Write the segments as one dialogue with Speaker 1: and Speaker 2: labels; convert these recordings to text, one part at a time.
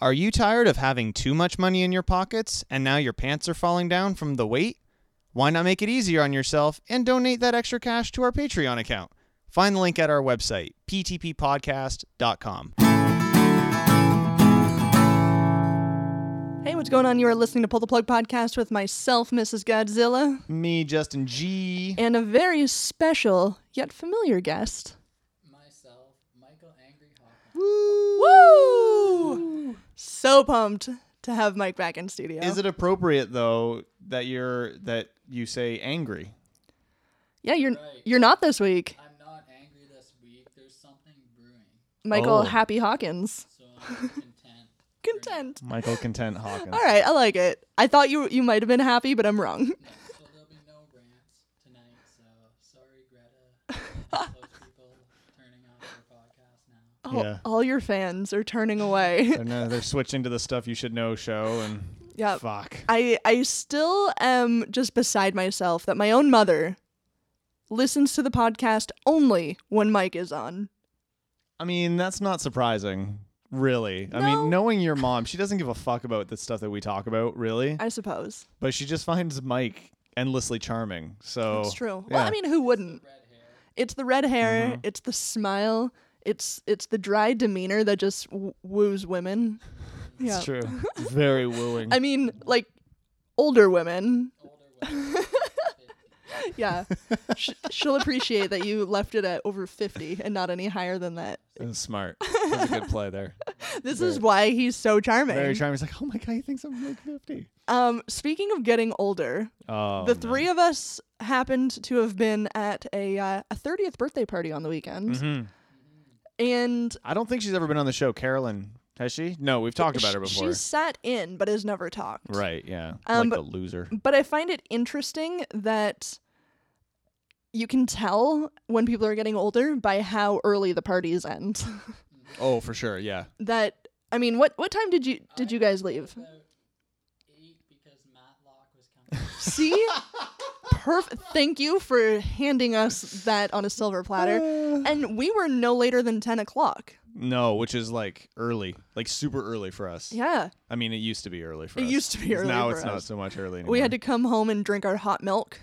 Speaker 1: Are you tired of having too much money in your pockets and now your pants are falling down from the weight? Why not make it easier on yourself and donate that extra cash to our Patreon account? Find the link at our website, ptppodcast.com.
Speaker 2: Hey, what's going on? You are listening to Pull the Plug podcast with myself, Mrs. Godzilla,
Speaker 1: Me, Justin G.
Speaker 2: and a very special yet familiar guest.
Speaker 3: myself, Michael Angry Hawk.
Speaker 2: Woo! So pumped to have Mike back in studio.
Speaker 1: Is it appropriate though that you're that you say angry?
Speaker 2: yeah, you're you're not this week,
Speaker 3: I'm not angry this week. There's something brewing,
Speaker 2: Michael
Speaker 1: Oh.
Speaker 2: Happy Hawkins.
Speaker 3: so I'm content.
Speaker 2: Content.
Speaker 1: Michael Content Hawkins.
Speaker 2: All right, I like it. I thought you you might have been happy, but I'm wrong.
Speaker 3: So there'll be no rants tonight. So sorry, Greta. and Those people turning off their podcast now.
Speaker 2: All,
Speaker 1: Yeah.
Speaker 2: all your fans are turning away.
Speaker 1: They're, no, they're switching to the stuff you should know show and
Speaker 2: Yep.
Speaker 1: fuck.
Speaker 2: I I still am just beside myself that my own mother listens to the podcast only when Mike is on.
Speaker 1: I mean, that's not surprising, really. I
Speaker 2: No.
Speaker 1: mean, knowing your mom, she doesn't give a fuck about the stuff that we talk about, really.
Speaker 2: I suppose
Speaker 1: But she just finds Mike endlessly charming. So
Speaker 2: it's true. Well, I
Speaker 1: yeah. Mm-hmm.
Speaker 2: mean, who wouldn't?
Speaker 3: Red hair.
Speaker 2: It's the red hair. It's the smile. It's it's the dry demeanor that just w- woos women. Yeah,
Speaker 1: it's true. Very wooing.
Speaker 2: I mean, like older women.
Speaker 3: Older women.
Speaker 2: Yeah, Sh- she'll appreciate that you left it at over fifty and not any higher than that.
Speaker 1: That's smart. That's a good play there.
Speaker 2: This is why he's so charming.
Speaker 1: Very charming. He's like, oh my god, he thinks I'm like 50.
Speaker 2: Um, speaking of getting older,
Speaker 1: Oh,
Speaker 2: the
Speaker 1: no.
Speaker 2: three of us happened to have been at a uh, a thirtieth birthday party on the weekend,
Speaker 1: Mhm.
Speaker 2: and
Speaker 1: I don't think she's ever been on the show. Carolyn, has she? No, we've talked about her
Speaker 2: sh-
Speaker 1: before.
Speaker 2: She's sat in, but has never talked.
Speaker 1: Right, yeah.
Speaker 2: Um,
Speaker 1: like
Speaker 2: but-
Speaker 1: the loser.
Speaker 2: But I find it interesting that you can tell when people are getting older by how early the parties end.
Speaker 1: Oh, for sure, yeah.
Speaker 2: that I mean, what what time did you did you guys leave?
Speaker 3: About eight because Matlock was coming.
Speaker 2: See? Perfect. Thank you for handing us that on a silver platter. And we were no later than 10 o'clock.
Speaker 1: No, which is like early, like super early for us.
Speaker 2: Yeah.
Speaker 1: I mean, it used to be early for
Speaker 2: It
Speaker 1: us.
Speaker 2: used to be early
Speaker 1: Now
Speaker 2: for
Speaker 1: it's not
Speaker 2: us.
Speaker 1: so much early anymore.
Speaker 2: We had to come home and drink our hot milk.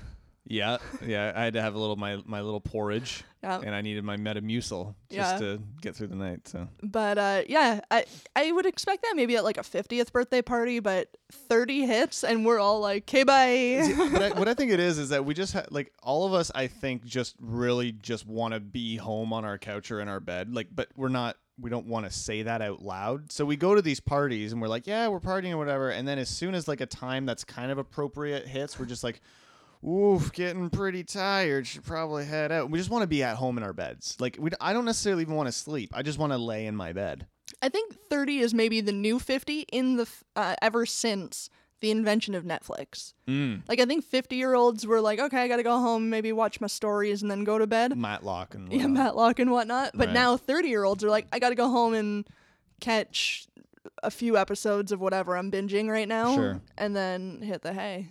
Speaker 1: Yeah, yeah. I had to have a little my my little porridge,
Speaker 2: Yeah.
Speaker 1: and I needed my Metamucil just
Speaker 2: Yeah.
Speaker 1: to get through the night. So
Speaker 2: But uh, yeah, I, I would expect that maybe at like a 50th birthday party, but 30 hits and we're all like, okay, bye.
Speaker 1: but I, what I think it is is that we just ha- like all of us. I think just really just want to be home on our couch or in our bed. Like, but we're not. We don't want to say that out loud. So we go to these parties and we're like, yeah, we're partying or whatever. And then as soon as like a time that's kind of appropriate hits, we're just like. Oof, getting pretty tired. Should probably head out. We just want to be at home in our beds. Like, we, d- I don't necessarily even want to sleep. I just want to lay in my bed.
Speaker 2: I think 30 is maybe the new 50 in the f- uh, ever since the invention of Netflix.
Speaker 1: Mm.
Speaker 2: Like, I think 50 year olds were like, okay, I got to go home, maybe watch my stories and then go to bed.
Speaker 1: Matlock and
Speaker 2: yeah,
Speaker 1: whatnot.
Speaker 2: Matlock and whatnot. But
Speaker 1: Right.
Speaker 2: now 30 year olds are like, I got to go home and catch a few episodes of whatever I'm binging right now
Speaker 1: Sure.
Speaker 2: and then hit the hay.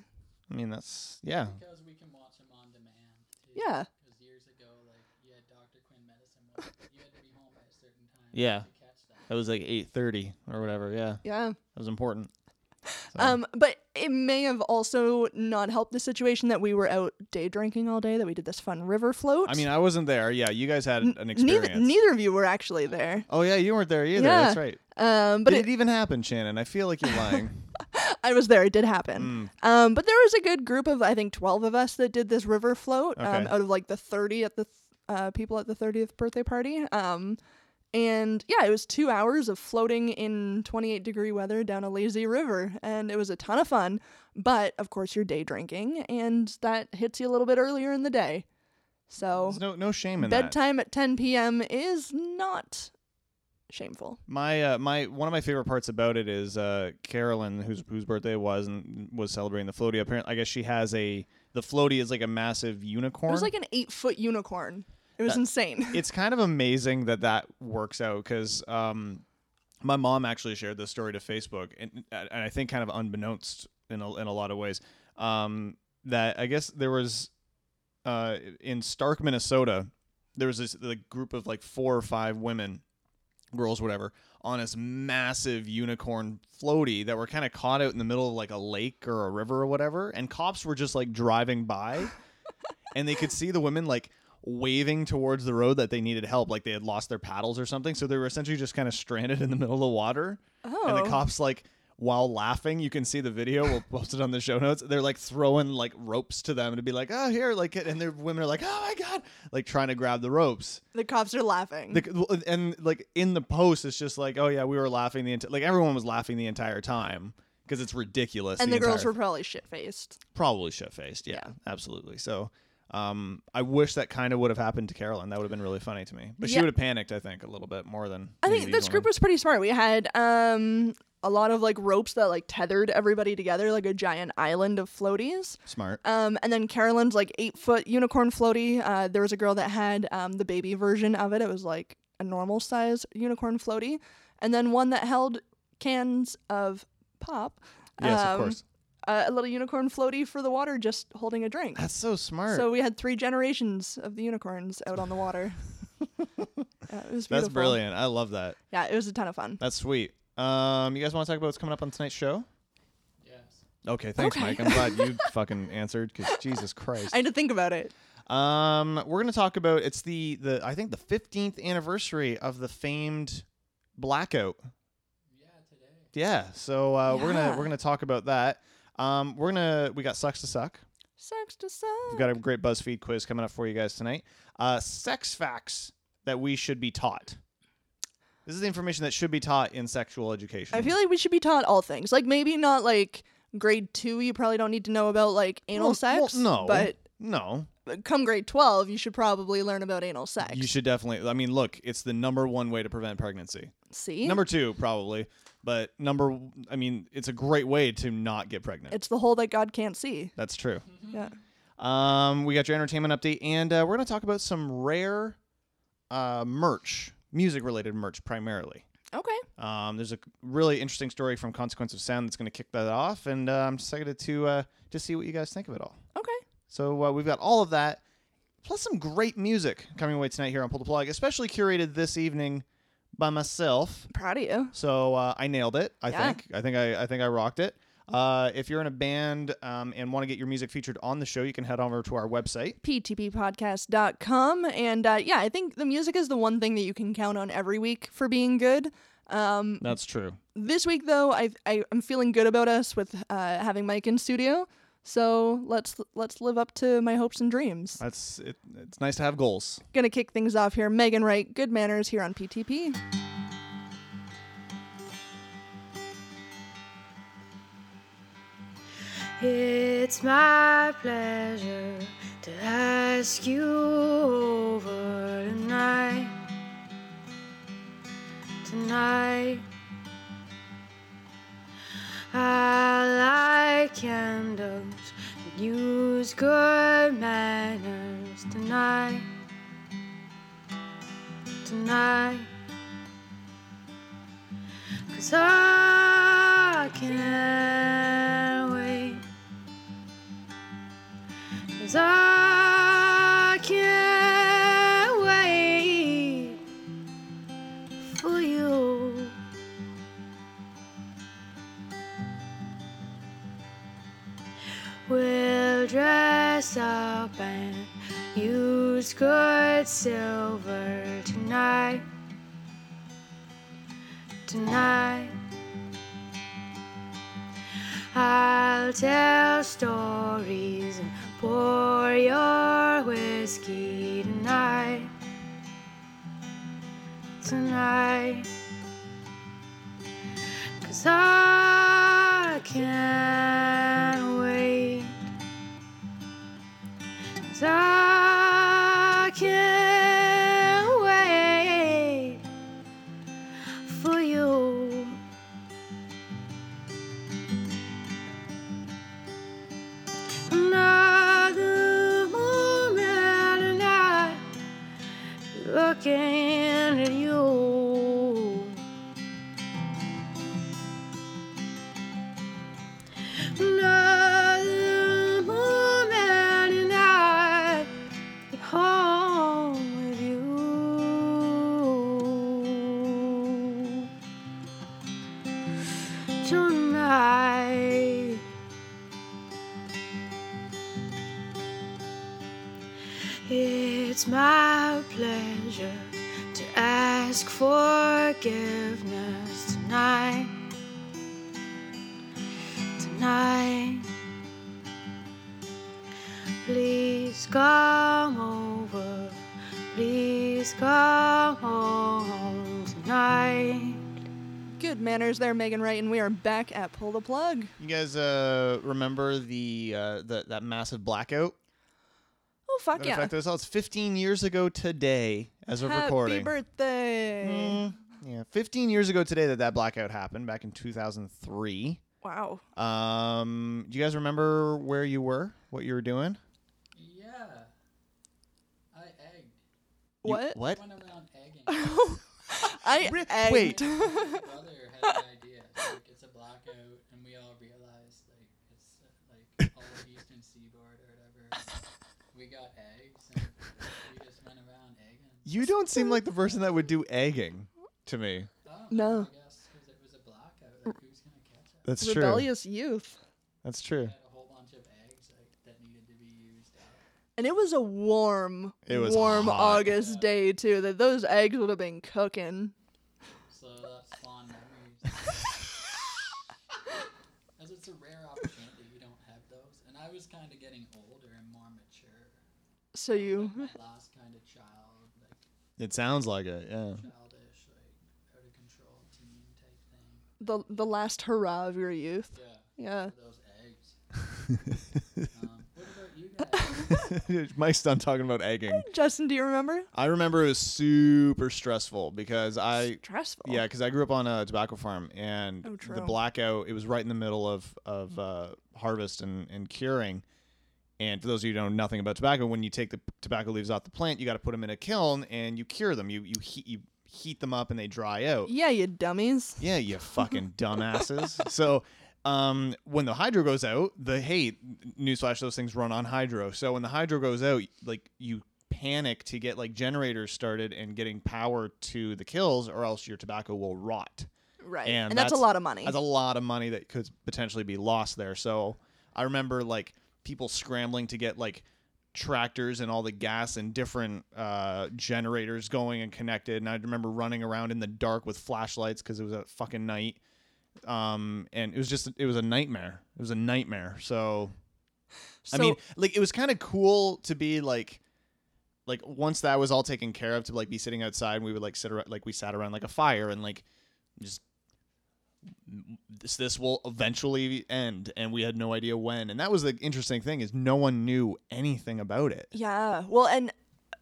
Speaker 1: I mean, that's yeah.
Speaker 3: Because we can watch them on demand. Too.
Speaker 2: Yeah.
Speaker 3: Because years ago, like you had Dr. Quinn medicine, was- you had to be home by a certain time
Speaker 1: Yeah.
Speaker 3: to catch that.
Speaker 1: It was like eight thirty or whatever. Yeah,
Speaker 2: Yeah.
Speaker 1: it was important.
Speaker 2: Um, but it may have also not helped the situation that we were out day drinking all day, that we did this fun river float.
Speaker 1: I mean, I wasn't there. Yeah, you guys had an experience.
Speaker 2: neither, neither of you were actually there.
Speaker 1: oh yeah, you weren't there either.
Speaker 2: Yeah.
Speaker 1: That's right.
Speaker 2: Um, but
Speaker 1: But
Speaker 2: it,
Speaker 1: Did it, even happen, Shannon? I feel like you're lying.
Speaker 2: I was there. It did happen.
Speaker 1: Mm.
Speaker 2: Um, but there was a good group of, I think, 12 of us that did this river float um,
Speaker 1: Okay.
Speaker 2: out of like the 30 at the th- uh, people at the 30th birthday party. Um, and yeah, it was two hours of floating in 28 degree weather down a lazy river. And it was a ton of fun. But of course, you're day drinking, and that hits you a little bit earlier in the day. So
Speaker 1: There's no no shame in that.
Speaker 2: bedtime at 10 p.m. is not shameful.
Speaker 1: My uh, my one of my favorite parts about it is uh, Carolyn, whose whose birthday it was and was celebrating the floaty. Apparently, I guess she has a the floaty is like a massive unicorn.
Speaker 2: It was like an eight foot unicorn. It was insane.
Speaker 1: it's kind of amazing that that works out because um, my mom actually shared this story to Facebook, and, and I think kind of unbeknownst in a, in a lot of ways um, that I guess there was uh, in Stark, Minnesota, there was this the group of like four or five women, girls, whatever, on this massive unicorn floaty that were kind of caught out in the middle of like a lake or a river or whatever. And cops were just like driving by and they could see the women like waving towards the road that they needed help, like they had lost their paddles or something. So they were essentially just kind of stranded in the middle of the water.
Speaker 2: Oh.
Speaker 1: And the cops like while laughing, you can see the video. We'll post it on the show notes. They're like throwing like ropes to them to be like, oh here, like, and their women are like, oh my god, like trying to grab the ropes.
Speaker 2: The cops are laughing.
Speaker 1: The, and like in the post, it's just like, oh yeah, we were laughing the entire, like everyone was laughing the entire time because it's ridiculous.
Speaker 2: and the, girls
Speaker 1: entire-
Speaker 2: were probably shit faced.
Speaker 1: probably shit faced. Yeah,
Speaker 2: Yeah.
Speaker 1: absolutely. So, um, I wish that kind of would have happened to Carolyn. That would have been really funny to me. But she
Speaker 2: Yeah.
Speaker 1: would have panicked, I think, a little bit more than.
Speaker 2: I
Speaker 1: maybe
Speaker 2: think
Speaker 1: these
Speaker 2: this group
Speaker 1: women.
Speaker 2: was pretty smart. We had um a lot of like ropes that like tethered everybody together, like a giant island of floaties.
Speaker 1: smart.
Speaker 2: Um, and then Carolyn's like eight foot unicorn floaty. Uh, there was a girl that had um, the baby version of it. It was like a normal size unicorn floaty, and then one that held cans of pop.
Speaker 1: Yes,
Speaker 2: um,
Speaker 1: of course.
Speaker 2: Uh, a little unicorn floaty for the water, just holding a drink.
Speaker 1: That's so smart.
Speaker 2: So we had three generations of the unicorns out on the water. Yeah, it was beautiful.
Speaker 1: That's brilliant. I love that.
Speaker 2: Yeah, it was a ton of fun.
Speaker 1: That's sweet. Um, you guys want to talk about what's coming up on tonight's show?
Speaker 4: Yes.
Speaker 1: Okay, thanks,
Speaker 2: Okay.
Speaker 1: Mike. I'm glad you fucking answered because Jesus Christ.
Speaker 2: I had to think about it.
Speaker 1: Um, we're gonna talk about it's the the I think the 15th anniversary of the famed blackout.
Speaker 4: Yeah, today.
Speaker 1: Yeah, so uh, we're gonna
Speaker 2: Yeah.
Speaker 1: we're gonna talk about that. Um, we're gonna we got sucks to suck.
Speaker 2: Sex to suck.
Speaker 1: We've got a great BuzzFeed quiz coming up for you guys tonight. Uh, sex facts that we should be taught. This is the information that should be taught in sexual education.
Speaker 2: I feel like we should be taught all things. Like maybe not like grade two, you probably don't need to know about like anal
Speaker 1: Well,
Speaker 2: sex.
Speaker 1: well, no,
Speaker 2: But
Speaker 1: no.
Speaker 2: come grade twelve, you should probably learn about anal sex.
Speaker 1: You should definitely. I mean, look, it's the number one way to prevent pregnancy.
Speaker 2: See,
Speaker 1: Number two, probably, but number. I mean, it's a great way to not get pregnant.
Speaker 2: it's the hole that God can't see.
Speaker 1: That's true.
Speaker 2: Yeah.
Speaker 1: Um, we got your entertainment update, and uh, we're gonna talk about some rare uh, merch, music-related merch primarily.
Speaker 2: Okay.
Speaker 1: Um, there's a really interesting story from Consequence of Sound that's gonna kick that off, and uh, I'm just excited to uh, just see what you guys think of it all.
Speaker 2: Okay.
Speaker 1: So uh, we've got all of that, plus some great music coming away tonight here on Pull the Plug, especially curated this evening by myself.
Speaker 2: Proud of you.
Speaker 1: So uh, I nailed it. I
Speaker 2: Yeah.
Speaker 1: think. I think I, I think I rocked it. Uh, if you're in a band um, and want to get your music featured on the show, you can head over to our website.
Speaker 2: ptppodcast.com and uh, yeah i think the music is the one thing that you can count on every week for being good um,
Speaker 1: That's true.
Speaker 2: this week though I, I i'm feeling good about us with uh, having mike in studio so let's let's live up to my hopes and dreams
Speaker 1: That's it, it's nice to have goals.
Speaker 2: gonna kick things off here megan wright good manners here on ptp
Speaker 5: It's my pleasure to ask you over tonight. Tonight, I light candles and use good manners tonight. Tonight. Cause I can't wait. Cause I can't wait for you. We'll dress up and use good silver tonight tonight. I'll tell stories and pour your whiskey tonight. Tonight. Cause I can't wait. Cause I can't wait for you. Another moment, and I looking at you.
Speaker 6: tonight. It's my pleasure to ask forgiveness tonight. Tonight. Please come over. Please come home tonight.
Speaker 2: Good manners there, Megan Wright, and we are back at Pull the Plug.
Speaker 1: You guys uh, remember the, uh, the that massive blackout
Speaker 2: Oh, fuck
Speaker 1: that
Speaker 2: yeah.
Speaker 1: affected us all? It's 15 years ago today, as of
Speaker 2: Happy
Speaker 1: recording.
Speaker 2: birthday.
Speaker 1: Mm, yeah, 15 years ago today that that blackout happened back in 2003.
Speaker 2: Wow.
Speaker 1: Um, do you guys remember where you were? What you were doing?
Speaker 3: Yeah. I egged.
Speaker 1: You-
Speaker 2: What?
Speaker 1: what?
Speaker 3: Went around egging.
Speaker 2: I
Speaker 1: Rick,
Speaker 2: egged.
Speaker 1: wait.
Speaker 3: My brother had an idea. Like it's a blackout, and we all realized like it's uh, like all of Eastern Seaboard or whatever. We got eggs, and we just went around egging.
Speaker 1: You don't seem like the person that would do egging to me.
Speaker 3: Oh,
Speaker 2: No.
Speaker 3: I guess 'cause it was a blackout. Like who's gonna catch us?
Speaker 1: That's
Speaker 2: Rebellious youth.
Speaker 1: true. That's true.
Speaker 3: We had a whole bunch of eggs like that needed to be used up.
Speaker 2: And it was a warm,
Speaker 1: It was
Speaker 2: warm
Speaker 1: hot.
Speaker 2: August day too. That those eggs would have been cooking.
Speaker 3: So that's fond memories. As it's a rare opportunity, you don't have those. And I was kind of getting older and more mature.
Speaker 2: So you,
Speaker 3: My last kind of child, like
Speaker 1: It sounds like it. Yeah.
Speaker 3: childish, like out of control teen type thing.
Speaker 2: the the last hurrah of your youth.
Speaker 3: Yeah.
Speaker 2: Yeah.
Speaker 3: Those eggs. um, what about you guys?
Speaker 1: Mike's done talking about egging.
Speaker 2: Justin, do you remember?
Speaker 1: I remember it was super stressful because I
Speaker 2: Stressful.
Speaker 1: yeah because I grew up on a tobacco farm and
Speaker 2: Oh,
Speaker 1: the
Speaker 2: true. Mm.
Speaker 1: blackout it was right in the middle of of uh, harvest and, and curing. And for those of you who don't know nothing about tobacco, when you take the p- tobacco leaves off the plant, you got to put them in a kiln and you cure them. You you heat you heat them up and they dry out.
Speaker 2: Yeah, you dummies.
Speaker 1: Yeah, you fucking dumbasses. so, um, when the hydro goes out, the hey, newsflash, those things run on hydro. So when the hydro goes out, like you panic to get like generators started and getting power to the kills, or else your tobacco will rot.
Speaker 2: Right. And,
Speaker 1: And
Speaker 2: that's,
Speaker 1: that's-
Speaker 2: a lot of money.
Speaker 1: That's a lot of money that could potentially be lost there. So I remember like people scrambling to get like tractors and all the gas and different uh, generators going and connected. And I remember running around in the dark with flashlights because it was at fucking night. Um, and it was just it was a nightmare. It was a nightmare. So
Speaker 2: so,
Speaker 1: I mean, like it was kind of cool to be like, like once that was all taken care of, to like be sitting outside and we would like sit around, like we sat around like a fire and like just this this will eventually end, and we had no idea when. And that was the interesting thing is no one knew anything about it.
Speaker 2: yeah. Well, and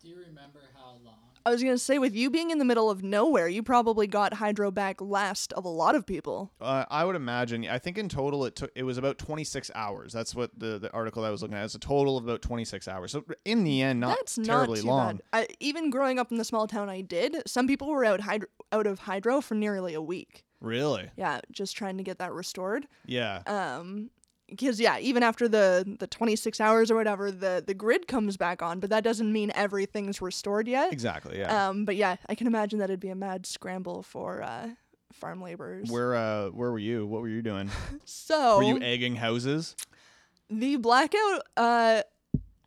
Speaker 3: Do you remember how long?
Speaker 2: I was gonna say, with you being in the middle of nowhere, you probably got hydro back last of a lot of people.
Speaker 1: Uh, I would imagine. I think in total it took it was about 26 hours. That's what the the article I was looking at. It's a total of about 26 hours. So in the end, not
Speaker 2: That's
Speaker 1: terribly
Speaker 2: not too
Speaker 1: long.
Speaker 2: bad. I, even growing up in the small town I did, some people were out hydro, out of hydro for nearly a week.
Speaker 1: Really?
Speaker 2: Yeah, just trying to get that restored.
Speaker 1: Yeah.
Speaker 2: Um, because yeah, even after the the 26 hours or whatever, the the grid comes back on, but that doesn't mean everything's restored yet.
Speaker 1: Exactly. Yeah.
Speaker 2: Um, but yeah, I can imagine that'd be a mad scramble for uh, farm laborers.
Speaker 1: Where uh where were you? What were you doing?
Speaker 2: so
Speaker 1: Were you egging houses?
Speaker 2: the blackout uh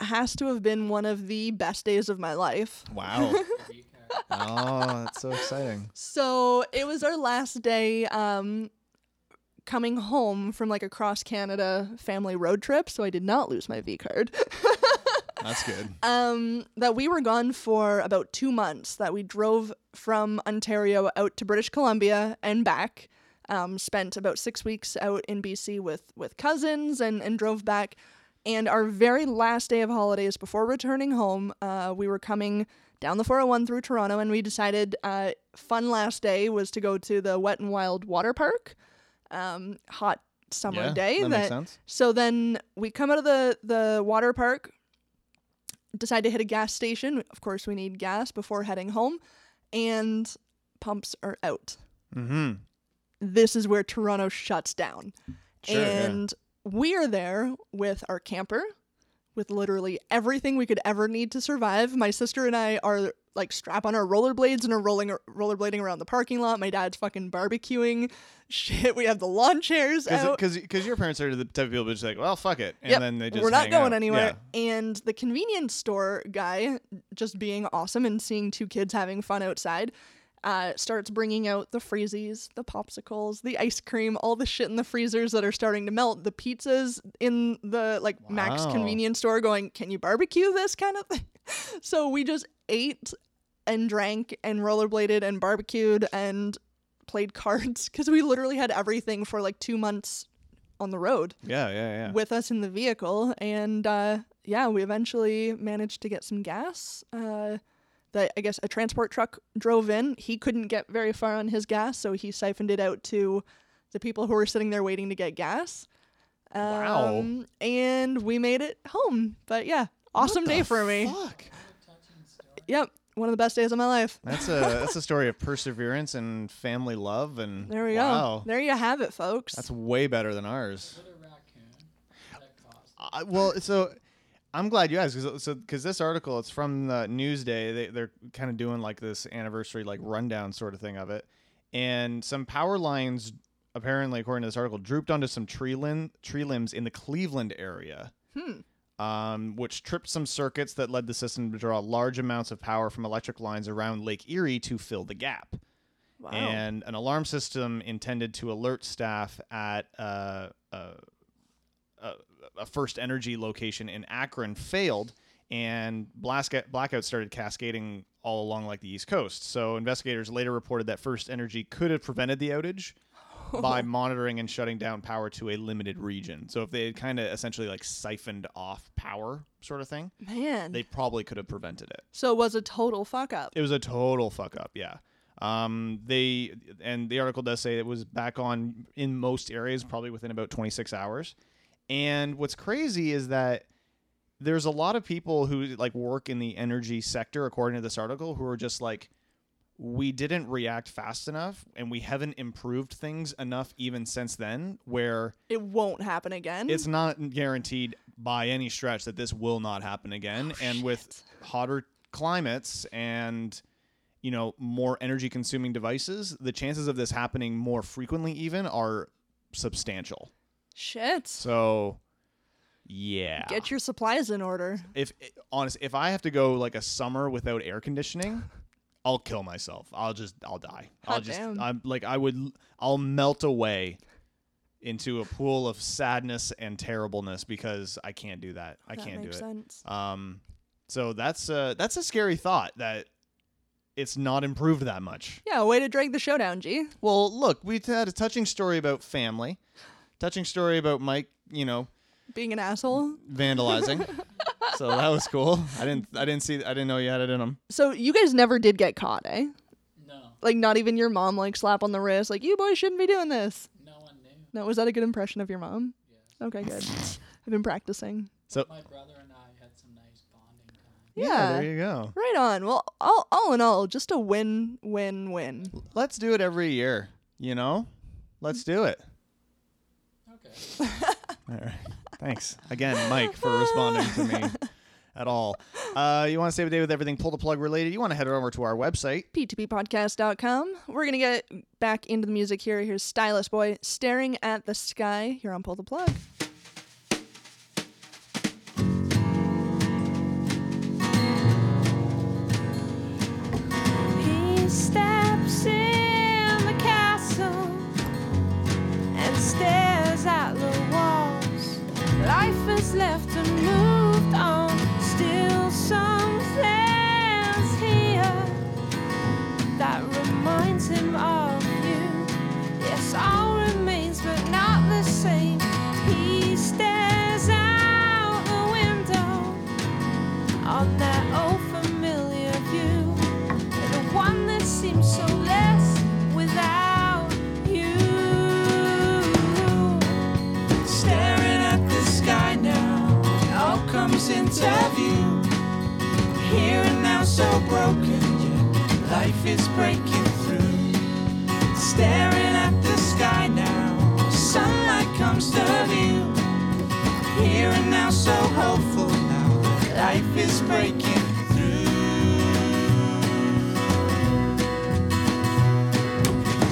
Speaker 2: has to have been one of the best days of my life.
Speaker 3: The
Speaker 1: Wow.
Speaker 3: week or-
Speaker 1: oh, that's so exciting.
Speaker 2: So it was our last day um, coming home from like a cross Canada family road trip. So I did not lose my V card.
Speaker 1: That's good.
Speaker 2: um, that we were gone for about two months, that we drove from Ontario out to British Columbia and back. Um, spent about six weeks out in BC with, with cousins and, and drove back. And our very last day of holidays before returning home, uh, we were coming down the 401 through Toronto and we decided uh, fun last day was to go to the Wet and Wild Water Park. Um, hot summer
Speaker 1: Yeah,
Speaker 2: day.
Speaker 1: that makes sense.
Speaker 2: So then we come out of the, the water park, decide to hit a gas station. Of course, we need gas before heading home, and pumps are out.
Speaker 1: Mm-hmm.
Speaker 2: This is where Toronto shuts down.
Speaker 1: Sure, yeah.
Speaker 2: and we are there with our camper. with literally everything we could ever need to survive. My sister and I are like strap on our rollerblades and are rolling rollerblading around the parking lot. My dad's fucking barbecuing. Shit, we have the lawn chairs out.
Speaker 1: Because because your parents are the type of people who's like, well, fuck it, and
Speaker 2: Yep,
Speaker 1: then they just
Speaker 2: We're not
Speaker 1: hang
Speaker 2: going
Speaker 1: out.
Speaker 2: anywhere. And the convenience store guy, just being awesome and seeing two kids having fun outside, uh, starts bringing out the freezies, the popsicles, the ice cream, all the shit in the freezers that are starting to melt, the pizzas in the like Max
Speaker 1: Wow.
Speaker 2: convenience store going, can you barbecue this kind of thing? so we just ate and drank and rollerbladed and barbecued and played cards because we literally had everything for like two months on the road
Speaker 1: Yeah, yeah, yeah. yeah.
Speaker 2: with us in the vehicle and uh, yeah we eventually managed to get some gas uh, that i guess a transport truck drove in he couldn't get very far on his gas so he siphoned it out to the people who were sitting there waiting to get gas um,
Speaker 1: Wow.
Speaker 2: and we made it home but yeah awesome day for me
Speaker 1: Fuck.
Speaker 7: touching story.
Speaker 2: yep one of the best days of my life
Speaker 1: That's a that's a story of perseverance and family love and
Speaker 2: there we
Speaker 1: wow.
Speaker 2: go there you have it folks
Speaker 1: That's way better than ours.
Speaker 7: What a raccoon. That cost.
Speaker 1: I, well, so I'm glad you asked because so, 'cause this article it's from the Newsday. They, they're kind of doing like this anniversary like rundown sort of thing of it, and some power lines apparently, according to this article, drooped onto some tree limb tree limbs in the Cleveland area.
Speaker 2: Hmm.
Speaker 1: Um, which tripped some circuits that led the system to draw large amounts of power from electric lines around Lake Erie to fill the gap
Speaker 2: wow
Speaker 1: and an alarm system intended to alert staff at uh, uh, a, a First Energy location in Akron failed, and blaska- blackouts started cascading all along like the East Coast. So investigators later reported that First Energy could have prevented the outage by monitoring and shutting down power to a limited region. So if they had kind of essentially like siphoned off power, sort of thing,
Speaker 2: man
Speaker 1: they probably could have prevented it.
Speaker 2: so it was a total fuck up
Speaker 1: It was a total fuck up, yeah. Um, they and the article does say it was back on in most areas probably within about 26 hours. And what's crazy is that there's a lot of people who like work in the energy sector according to this article who are just like we didn't react fast enough and we haven't improved things enough even since then where
Speaker 2: it won't happen again
Speaker 1: it's not guaranteed by any stretch that this will not happen again and with hotter climates and you know more energy consuming devices the chances of this happening more frequently even are substantial
Speaker 2: shit
Speaker 1: so yeah
Speaker 2: Get your supplies in order.
Speaker 1: if honest if i have to go like a summer without air conditioning i'll kill myself i'll just i'll die i'll
Speaker 2: Hot
Speaker 1: just
Speaker 2: damn.
Speaker 1: i'm like i would i'll melt away into a pool of sadness and terribleness because i can't do that i
Speaker 2: That
Speaker 1: can't do
Speaker 2: makes
Speaker 1: it
Speaker 2: sense.
Speaker 1: um so that's uh that's a scary thought that it's not improved that much
Speaker 2: Yeah, way to drag the show down, G.
Speaker 1: well look we had a touching story about family touching story about mike you know
Speaker 2: Being an asshole.
Speaker 1: vandalizing so that was cool i didn't i didn't see i didn't know you had it in him
Speaker 2: So you guys never did get caught, eh?
Speaker 7: No,
Speaker 2: Like not even your mom like slap on the wrist, like you boys shouldn't be doing this.
Speaker 7: no one knew.
Speaker 2: No, was that a good impression of your mom?
Speaker 7: Yes.
Speaker 2: Okay, good. I've been practicing.
Speaker 7: My brother and I had some nice bonding time.
Speaker 2: Yeah.
Speaker 1: there you go.
Speaker 2: Right on. Well, all, all in all, just a win, win, win.
Speaker 1: Let's do it every year, you know? Let's do it.
Speaker 7: Okay.
Speaker 1: All right. Thanks again, Mike, for responding to me at all. Uh, you want to save a day with everything pull the plug related? You want to head over to our website.
Speaker 2: p2ppodcast.com. We're going to get back into the music here. Here's Stylus Boy staring at the sky here on Pull the Plug.
Speaker 8: He steps in the castle and stares at the walls. Life is left and moved on. Still, something's here that reminds him of you. Yes, all remains, but not the same. He stares out the window on that old familiar view. You're the one that seems so less without you.
Speaker 9: Staring at the sky now, it all comes into view. Here and now, so broken, yeah, life is breaking through. Staring at the sky now, sunlight comes to view. Here and now, so hopeful now. Life is breaking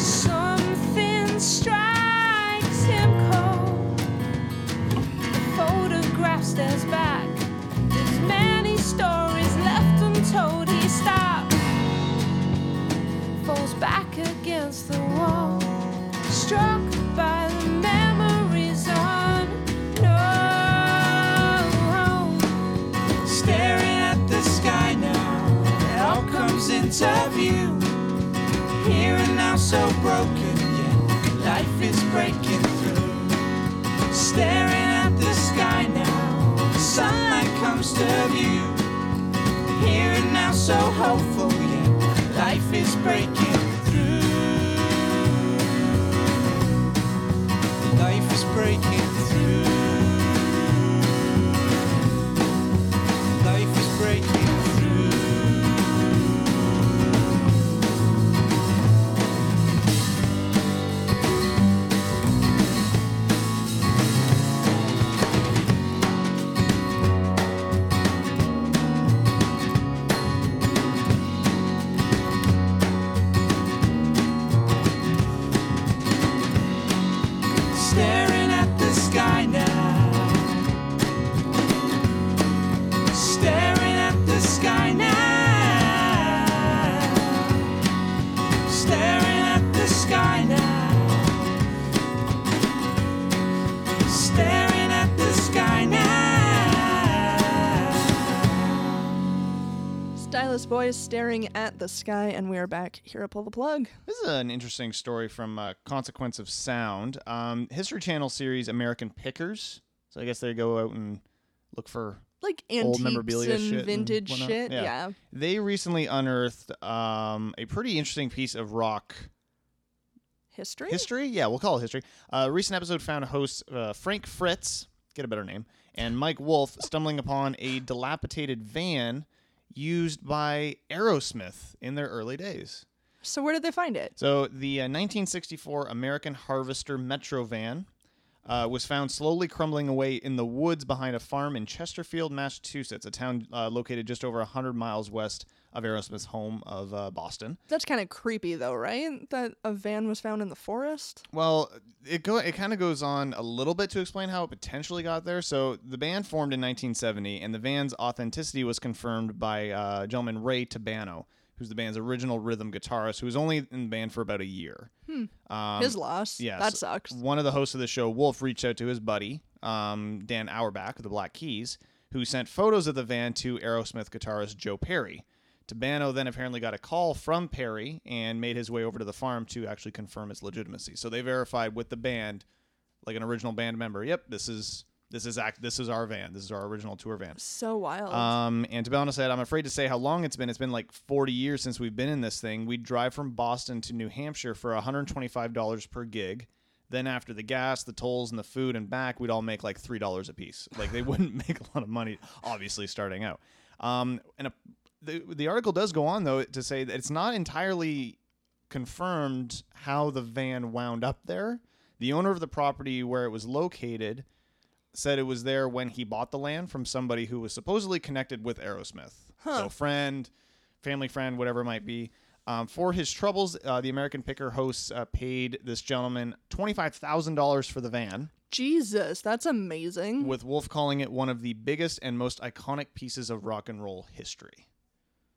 Speaker 8: Something strikes him cold. The photograph stares back. There's many stories left untold. He stops, falls back against the wall, struck by the memories unknown.
Speaker 9: Staring at the sky now, it all comes into view. Here and now, so broken, yet life is breaking through. Staring at the sky now, sunlight comes to view. Here and now, so hopeful, yet life is breaking through. Life is breaking through. Life is breaking through. Staring at the sky now staring at the sky now. Staring at the sky now. Staring at the sky now.
Speaker 2: Stylus Boys staring at the sky, and we are back. Here, I pull the plug.
Speaker 1: This is an interesting story from uh, Consequence of Sound. Um, History Channel series American Pickers. So I guess they go out and look for
Speaker 2: Like
Speaker 1: old
Speaker 2: antiques
Speaker 1: memorabilia
Speaker 2: and
Speaker 1: shit
Speaker 2: vintage
Speaker 1: and whatnot.
Speaker 2: shit. Yeah.
Speaker 1: They recently unearthed um, a pretty interesting piece of rock
Speaker 2: History?
Speaker 1: history. Yeah, we'll call it history. Uh, a recent episode found hosts uh, Frank Fritz, get a better name, and Mike Wolf stumbling upon a dilapidated van used by Aerosmith in their early days.
Speaker 2: So where did they find it?
Speaker 1: So the uh, 1964 American Harvester Metro van uh, was found slowly crumbling away in the woods behind a farm in Chesterfield, Massachusetts, a town uh, located just over 100 miles west of Aerosmith's home of uh, Boston.
Speaker 2: That's kind of creepy, though, right? That a van was found in the forest.
Speaker 1: Well, it go it kind of goes on a little bit to explain how it potentially got there. So the band formed in 1970, and the band's authenticity was confirmed by uh, gentleman Ray Tabano, who's the band's original rhythm guitarist, who was only in the band for about a year. Um,
Speaker 2: His loss.
Speaker 1: yeah,
Speaker 2: That
Speaker 1: so
Speaker 2: sucks.
Speaker 1: One of the hosts of the show, Wolf, reached out to his buddy, um, Dan Auerbach of the Black Keys, who sent photos of the van to Aerosmith guitarist Joe Perry. Tabano then apparently got a call from Perry and made his way over to the farm to actually confirm its legitimacy. So they verified with the band, like an original band member, yep, this is this is act this is our van. This is our original tour van.
Speaker 2: So wild.
Speaker 1: Um, and Tabana said, I'm afraid to say how long it's been. It's been like 40 years since we've been in this thing. We'd drive from Boston to New Hampshire for $125 per gig. Then after the gas, the tolls, and the food and back, we'd all make like $3 a piece. Like they wouldn't make a lot of money, obviously, starting out. Um, and a, the, the article does go on, though, to say that it's not entirely confirmed how the van wound up there. The owner of the property where it was located said it was there when he bought the land from somebody who was supposedly connected with Aerosmith. So, friend, family friend, whatever it might be. Um, for his troubles, uh, the American Picker hosts uh, paid this gentleman $25,000 for the van,
Speaker 2: Jesus, that's amazing.
Speaker 1: with Wolf calling it one of the biggest and most iconic pieces of rock and roll history.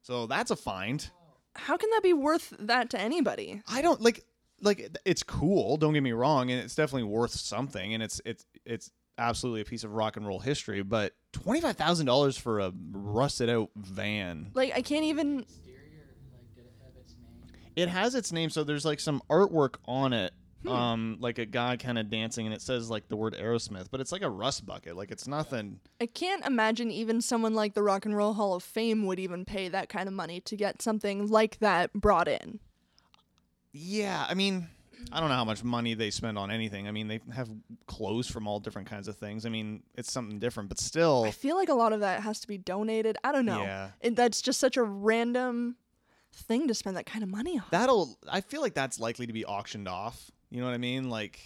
Speaker 1: So, that's a find.
Speaker 2: How can that be worth that to anybody?
Speaker 1: I don't like like it's cool. Don't get me wrong, and it's definitely worth something, and it's it's it's absolutely a piece of rock and roll history. But twenty five thousand dollars for a rusted out van.
Speaker 2: Like, I can't even.
Speaker 10: Exterior, like, did it have its name?
Speaker 1: It has its name, so there's like some artwork on it. Um, like a guy kind of dancing, and it says like the word Aerosmith, but it's like a rust bucket. Like it's nothing.
Speaker 2: I can't imagine even someone like the Rock and Roll Hall of Fame would even pay that kind of money to get something like that brought in.
Speaker 1: Yeah, I mean, I don't know how much money they spend on anything. I mean, they have clothes from all different kinds of things. I mean, it's something different, but still.
Speaker 2: I feel like a lot of that has to be donated. I don't know.
Speaker 1: Yeah.
Speaker 2: It, that's just such a random thing to spend that kind of money on.
Speaker 1: that'll i feel like that's likely to be auctioned off you know what i mean like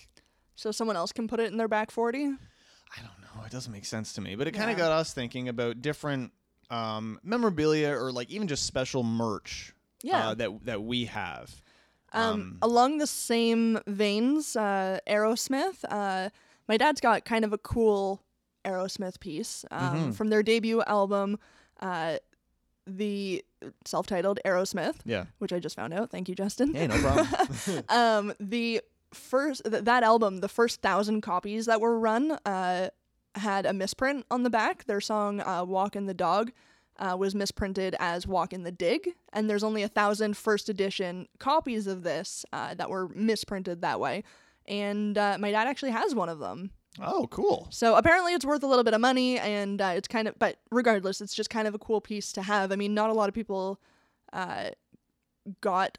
Speaker 2: so someone else can put it in their back Um, 40?
Speaker 1: i don't know oh, it doesn't make sense to me. But it kind of
Speaker 2: Yeah.
Speaker 1: got us thinking about different um, memorabilia or like even just special merch
Speaker 2: Yeah.
Speaker 1: uh, that that we have.
Speaker 2: Um, along the same veins, uh, Aerosmith. Uh, my dad's got kind of a cool Aerosmith piece um,
Speaker 1: Mm-hmm.
Speaker 2: from their debut album, uh, the self-titled Aerosmith,
Speaker 1: Yeah.
Speaker 2: which I just found out. Thank you, Justin.
Speaker 1: Hey, no problem.
Speaker 2: um, the first th- that album, the first thousand copies that were run, uh, had a misprint on the back. Their song uh, "Walk in the Dog" uh, was misprinted as "Walk in the Dig," and there's only a thousand first edition copies of this uh, that were misprinted that way. And uh, my dad actually has one of them.
Speaker 1: oh, cool.
Speaker 2: So apparently it's worth a little bit of money, and uh, it's kind of, but regardless, it's just kind of a cool piece to have. I mean, not a lot of people uh, got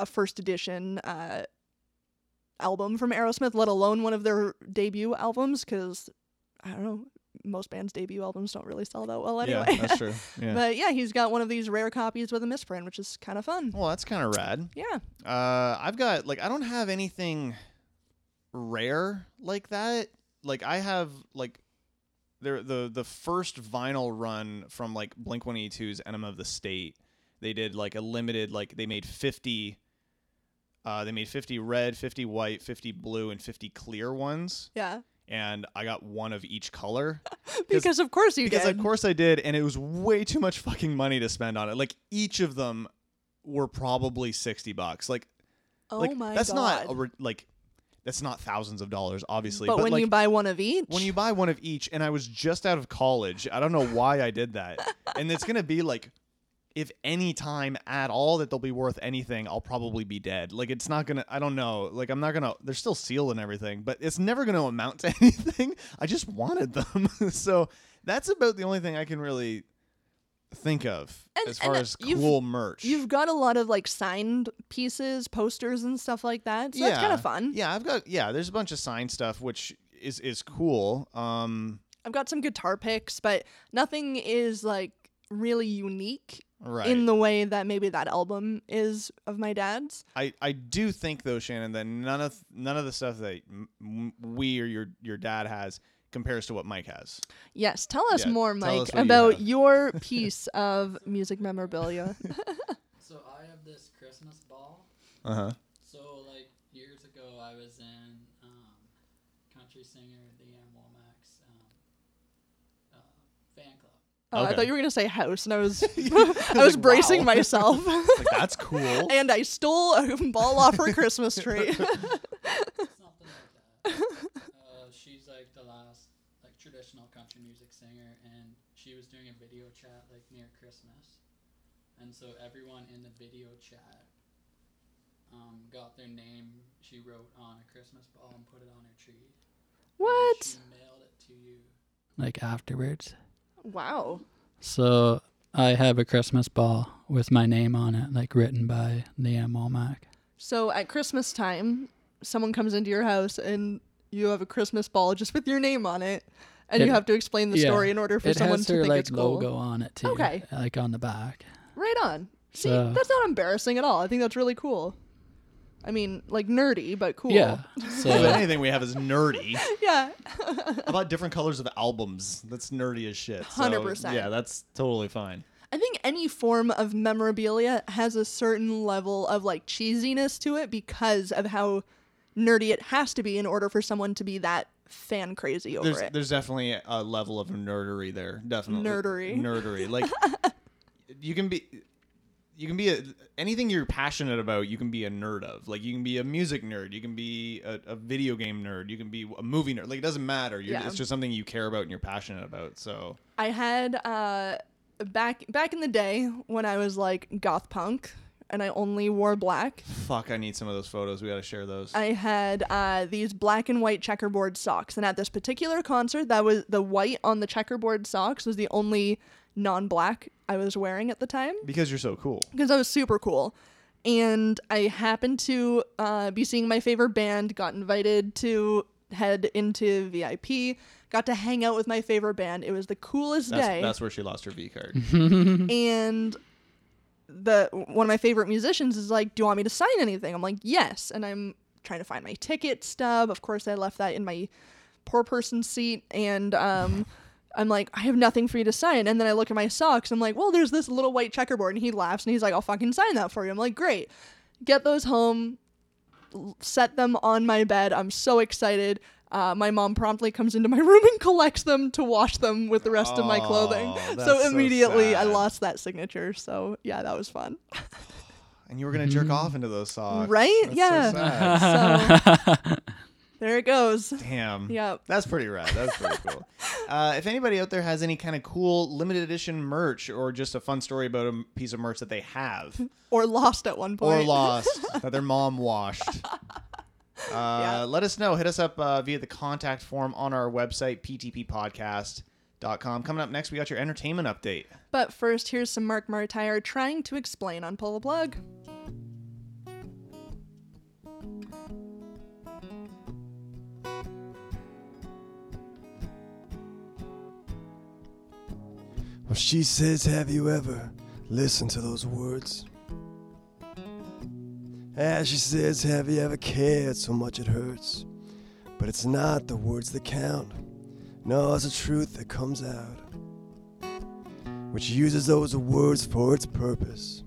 Speaker 2: a first edition uh, album from Aerosmith, let alone one of their debut albums, because I don't know, most bands' debut albums don't really sell that well anyway.
Speaker 1: Yeah, that's true. Yeah.
Speaker 2: but yeah, he's got one of these rare copies with a misprint, which is kind of fun.
Speaker 1: well, that's kind of rad.
Speaker 2: Yeah.
Speaker 1: Uh, I've got like I don't have anything rare like that. Like I have like there the the first vinyl run from like Blink 182's Enema of the State. They did like a limited like they made 50 uh they made 50 red, 50 white, 50 blue and 50 clear ones
Speaker 2: Yeah.
Speaker 1: and I got one of each color.
Speaker 2: Because of course you
Speaker 1: Because
Speaker 2: did.
Speaker 1: of course I did, and it was way too much fucking money to spend on it. Like each of them were probably sixty bucks. Like,
Speaker 2: oh
Speaker 1: like
Speaker 2: my
Speaker 1: that's
Speaker 2: god.
Speaker 1: not a, re- like that's not thousands of dollars, obviously.
Speaker 2: but, when
Speaker 1: like,
Speaker 2: you buy one of each,
Speaker 1: when you buy one of each, and I was just out of college, I don't know why I did that. and it's gonna be like, if any time at all that they'll be worth anything, I'll probably be dead. Like it's not gonna. I don't know. Like I'm not gonna. They're still sealed and everything, but it's never gonna amount to anything. I just wanted them, so that's about the only thing I can really think of
Speaker 2: And-
Speaker 1: as far
Speaker 2: and
Speaker 1: as
Speaker 2: you've-
Speaker 1: cool merch.
Speaker 2: You've got a lot of like signed pieces, posters, and stuff like that. So that's kind of fun.
Speaker 1: Yeah, I've got yeah. There's a bunch of signed stuff which is is cool. Um,
Speaker 2: I've got some guitar picks, but nothing is like really unique
Speaker 1: right.
Speaker 2: in the way that maybe that album is of my dad's.
Speaker 1: I, I do think though, Shannon, that none of none of the stuff that m- m- we or your your dad has compares to what Mike has.
Speaker 2: Yes, tell us
Speaker 1: Yeah,
Speaker 2: more,
Speaker 1: tell
Speaker 2: Mike,
Speaker 1: us what you
Speaker 2: about
Speaker 1: have.
Speaker 2: your piece of music memorabilia.
Speaker 3: So I have this Christmas ball.
Speaker 1: Uh huh.
Speaker 3: So like years ago, I was in um, country singer Leanne Womack's um, uh, fan club.
Speaker 2: Oh, I
Speaker 1: Okay.
Speaker 2: thought you were gonna say house, and I was I
Speaker 1: was
Speaker 2: was
Speaker 1: like,
Speaker 2: bracing
Speaker 1: wow.
Speaker 2: myself.
Speaker 1: Like that's cool.
Speaker 2: and I stole a ball off her Christmas tree.
Speaker 3: something like that. uh, she's like the last like traditional country music singer, and she was doing a video chat like near Christmas, and so everyone in the video chat um, got their name she wrote on a Christmas ball and put it on her tree. and
Speaker 2: what?
Speaker 3: She mailed it to you. Like afterwards.
Speaker 2: Wow.
Speaker 3: So I have a Christmas ball with my name on it, like written by Liam Womack.
Speaker 2: So at Christmas time, someone comes into your house and you have a Christmas ball just with your name on it, and you
Speaker 3: It-
Speaker 2: have to explain the story in order for
Speaker 3: it
Speaker 2: someone
Speaker 3: has
Speaker 2: to
Speaker 3: her,
Speaker 2: think
Speaker 3: like,
Speaker 2: it's cool.
Speaker 3: logo on it too.
Speaker 2: Okay.
Speaker 3: Like on the back.
Speaker 2: Right on. See,
Speaker 3: So-
Speaker 2: that's not embarrassing at all. I think that's really cool. I mean, like nerdy, but cool.
Speaker 3: Yeah.
Speaker 1: But
Speaker 3: So
Speaker 1: anything we have is nerdy.
Speaker 2: yeah.
Speaker 1: How about different colors of albums? That's nerdy as shit. So,
Speaker 2: 100%.
Speaker 1: Yeah, that's totally fine.
Speaker 2: I think any form of memorabilia has a certain level of like cheesiness to it because of how nerdy it has to be in order for someone to be that fan crazy over
Speaker 1: There's
Speaker 2: it.
Speaker 1: there's definitely a level of nerdery there. Definitely
Speaker 2: Nerdery.
Speaker 1: Nerdery. Like you can be. You can be a, anything you're passionate about. You can be a nerd of. Like you can be a music nerd. You can be a, a video game nerd. You can be a movie nerd. Like it doesn't matter. You're,
Speaker 2: Yeah.
Speaker 1: It's just something you care about and you're passionate about. So
Speaker 2: I had uh, back back in the day when I was like goth punk and I only wore black.
Speaker 1: fuck, I need some of those photos. We got to share those.
Speaker 2: I had uh, these black and white checkerboard socks, and at this particular concert, that was the white on the checkerboard socks was the only non-black I was wearing at the time
Speaker 1: because you're so cool.
Speaker 2: because I was super cool. And I happened to uh, be seeing my favorite band, got invited to head into VIP, got to hang out with my favorite band. It was the coolest
Speaker 1: That's,
Speaker 2: day.
Speaker 1: that's where she lost her V card.
Speaker 2: and the one of my favorite musicians is like, "Do you want me to sign anything?" I'm like, "Yes," and I'm trying to find my ticket stub. Of course, I left that in my poor person seat and um I'm like, I have nothing for you to sign. And then I look at my socks. I'm like, well, there's this little white checkerboard. And he laughs and he's like, I'll fucking sign that for you. I'm like, great. Get those home, l- set them on my bed. I'm so excited. Uh, my mom promptly comes into my room and collects them to wash them with the rest of my clothing.
Speaker 1: Aw, Oh, that's
Speaker 2: So
Speaker 1: so
Speaker 2: immediately I
Speaker 1: sad.
Speaker 2: lost that signature. So yeah, that was fun.
Speaker 1: And you were gonna jerk off into those socks,
Speaker 2: Mm-hmm. Right?
Speaker 1: That's so
Speaker 2: Yeah.
Speaker 1: sad.
Speaker 2: There it goes.
Speaker 1: Damn.
Speaker 2: Yep.
Speaker 1: That's pretty rad. That's pretty cool. Uh, if anybody out there has any kind of cool limited edition merch or just a fun story about a m- piece of merch that they have
Speaker 2: Or lost at one point.
Speaker 1: or lost that their mom washed. Uh,
Speaker 2: Yeah.
Speaker 1: Let us know. Hit us up uh, via the contact form on our website, ptppodcast.com. Coming up next, we got your entertainment update.
Speaker 2: But first, here's some Mark Martire trying to explain on Pull the Plug.
Speaker 11: Well, she says, Have you ever listened to those words? And she says, Have you ever cared so much it hurts? But it's not the words that count. No, it's the truth that comes out, which uses those words for its purpose.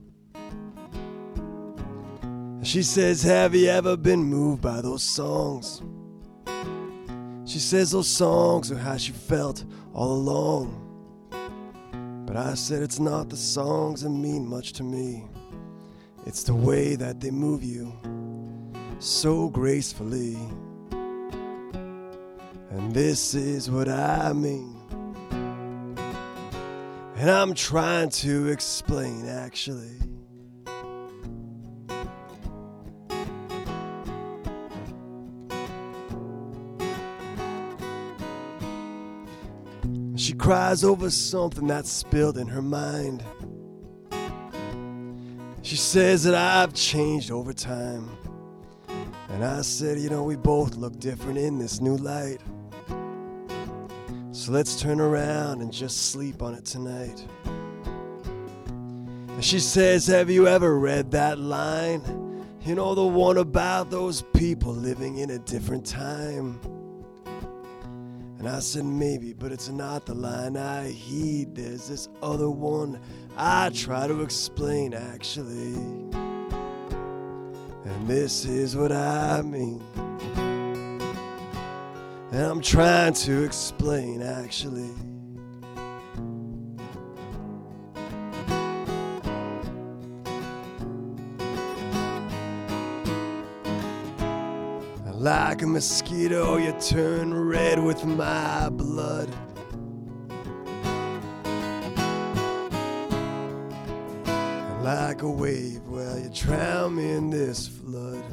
Speaker 11: She says, Have you ever been moved by those songs? She says those songs are how she felt all along. But I said it's not the songs that mean much to me. It's the way that they move you so gracefully. And this is what I mean. And I'm trying to explain actually. She cries over something that's spilled in her mind. She says that I've changed over time. And I said, you know, we both look different in this new light. So let's turn around and just sleep on it tonight. And she says, Have you ever read that line? You know, the one about those people living in a different time. And I said, maybe, but it's not the line I heed. There's this other one I try to explain, actually. And this is what I mean. And I'm trying to explain, actually. Like a mosquito, you turn red with my blood. And Like a wave, well, you drown me in this flood.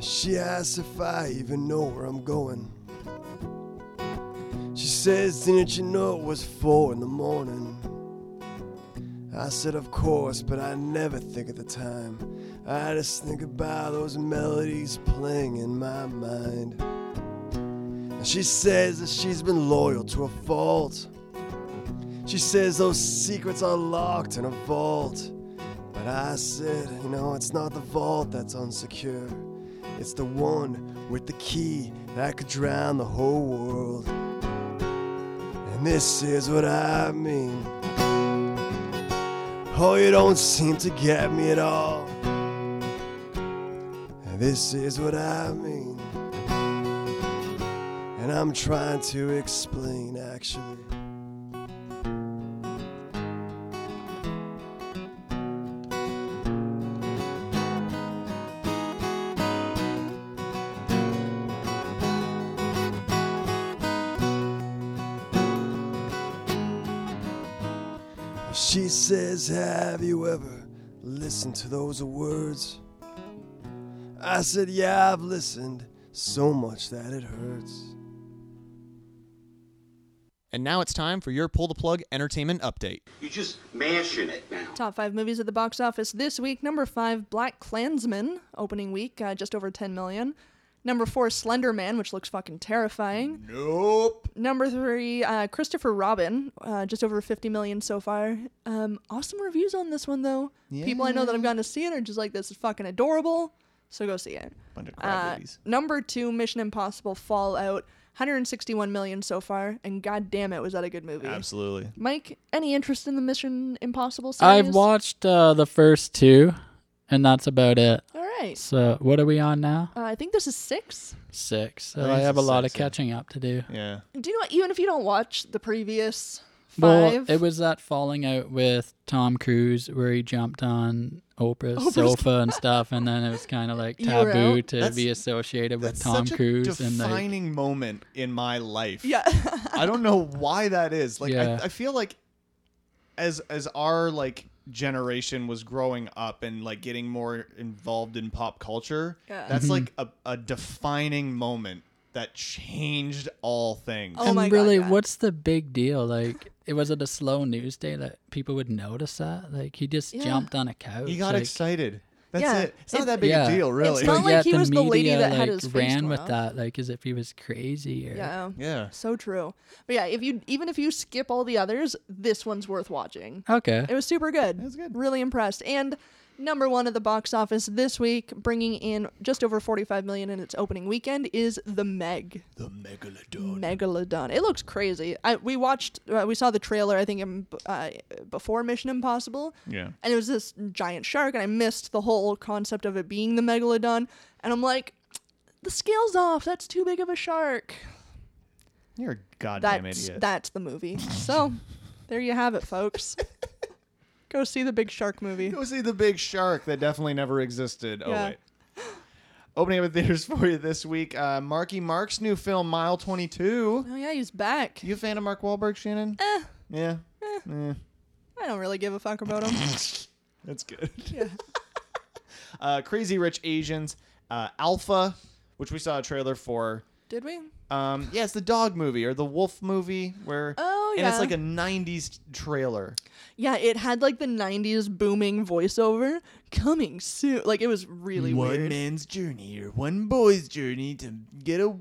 Speaker 11: She asks if I even know where I'm going. She says, Didn't you know it was four in the morning? I said, of course, but I never think of the time. I just think about those melodies playing in my mind. And she says that she's been loyal to a fault. She says those secrets are locked in a vault. But I said, you know, it's not the vault that's unsecure. It's the one with the key that could drown the whole world. And this is what I mean. Oh, you don't seem to get me at all. And this is what I mean. And I'm trying to explain, actually. She says, Have you ever listened to those words? I said, Yeah, I've listened so much that it hurts.
Speaker 1: And now it's time for your pull the plug entertainment update.
Speaker 12: You're just mashing it now.
Speaker 2: Top five movies at the box office this week. Number five, Black Klansman, opening week, uh, just over 10 million. Number four, Slender Man, which looks fucking terrifying.
Speaker 1: Nope.
Speaker 2: Number three, uh, Christopher Robin, uh, just over 50 million so far. Um, awesome reviews on this one, though. People I know that have gone to see it are just like, this is fucking adorable. So go see it.
Speaker 1: Bunch of
Speaker 2: Uh,
Speaker 1: crybabies.
Speaker 2: number two, Mission Impossible Fallout, 161 million so far. And god damn it, was that a good movie.
Speaker 1: Absolutely.
Speaker 2: Mike, any interest in the Mission Impossible series?
Speaker 7: I've watched uh, the first two, and that's about it.
Speaker 2: All right.
Speaker 7: So what are we on now?
Speaker 2: Uh, I think this is six.
Speaker 7: Six. So
Speaker 1: I think
Speaker 7: I
Speaker 1: it's
Speaker 7: have a
Speaker 1: a
Speaker 7: lot of
Speaker 1: six, yeah.
Speaker 7: catching up to do.
Speaker 1: Yeah.
Speaker 2: Do you know what? Even if you don't watch the previous
Speaker 7: Well,
Speaker 2: five,
Speaker 7: it was that falling out with Tom Cruise where he jumped on Oprah's,
Speaker 2: Oprah's-
Speaker 7: sofa and stuff, and then it was kind of like
Speaker 2: You were
Speaker 7: taboo
Speaker 2: out.
Speaker 7: to
Speaker 1: That's-
Speaker 7: be associated with
Speaker 1: That's
Speaker 7: Tom
Speaker 1: such
Speaker 7: Cruise
Speaker 1: a
Speaker 7: and like
Speaker 1: defining moment in my life.
Speaker 2: yeah.
Speaker 1: I don't know why that is. Like
Speaker 7: Yeah.
Speaker 1: I, I feel like as as our like generation was growing up and like getting more involved in pop culture,
Speaker 2: Yeah.
Speaker 1: that's
Speaker 7: Mm-hmm.
Speaker 1: like a, a defining moment that changed all things.
Speaker 2: Oh
Speaker 7: and
Speaker 2: my God,
Speaker 7: really,
Speaker 2: yeah.
Speaker 7: what's the big deal? Like, it was it a slow news day that people would notice that? Like, he just
Speaker 2: Yeah.
Speaker 7: jumped on a couch.
Speaker 1: He got
Speaker 7: like,
Speaker 1: excited. That's
Speaker 2: Yeah.
Speaker 1: it. It's not
Speaker 2: It-
Speaker 1: that big
Speaker 7: Yeah.
Speaker 1: a deal, really.
Speaker 2: It's not
Speaker 7: but
Speaker 2: like
Speaker 7: yet
Speaker 2: he
Speaker 7: the
Speaker 2: was the lady
Speaker 7: media,
Speaker 2: that
Speaker 7: like,
Speaker 2: had his face
Speaker 7: ran
Speaker 2: blown
Speaker 7: with
Speaker 2: off.
Speaker 7: that, like as if he was crazy. Or,
Speaker 2: yeah.
Speaker 1: yeah.
Speaker 2: So true. But yeah, if you even if you skip all the others, this one's worth watching.
Speaker 7: Okay.
Speaker 2: It was super good. It
Speaker 1: was good.
Speaker 2: Really impressed. And number one at the box office this week, bringing in just over 45 million in its opening weekend, is The Meg.
Speaker 1: The megalodon.
Speaker 2: Megalodon. It looks crazy. I, we watched, uh, we saw the trailer. I think in, uh, before Mission Impossible.
Speaker 1: Yeah.
Speaker 2: And it was this giant shark, and I missed the whole concept of it being the megalodon. And I'm like, the scale's off. That's too big of a shark.
Speaker 1: You're a goddamn
Speaker 2: That's
Speaker 1: idiot.
Speaker 2: that's the movie. So, there you have it, folks. Go see the big shark movie.
Speaker 1: Go see the big shark that definitely never existed. Oh
Speaker 2: Yeah.
Speaker 1: wait. Opening up in theaters for you this week, uh, Marky Mark's new film Mile 22.
Speaker 2: Oh yeah, he's back.
Speaker 1: You a fan of Mark Wahlberg, Shannon? Yeah. Eh.
Speaker 2: I don't really give a fuck about him.
Speaker 1: That's good. uh, Crazy Rich Asians, uh, Alpha, which we saw a trailer for.
Speaker 2: Did we?
Speaker 1: Um, yeah, it's the dog movie or the wolf movie where.
Speaker 2: Oh,
Speaker 1: And it's
Speaker 2: yeah.
Speaker 1: like a 90s trailer.
Speaker 2: Yeah, it had like the '90s booming voiceover coming soon. Like it was really weird.
Speaker 1: man's journey or one boy's journey to get a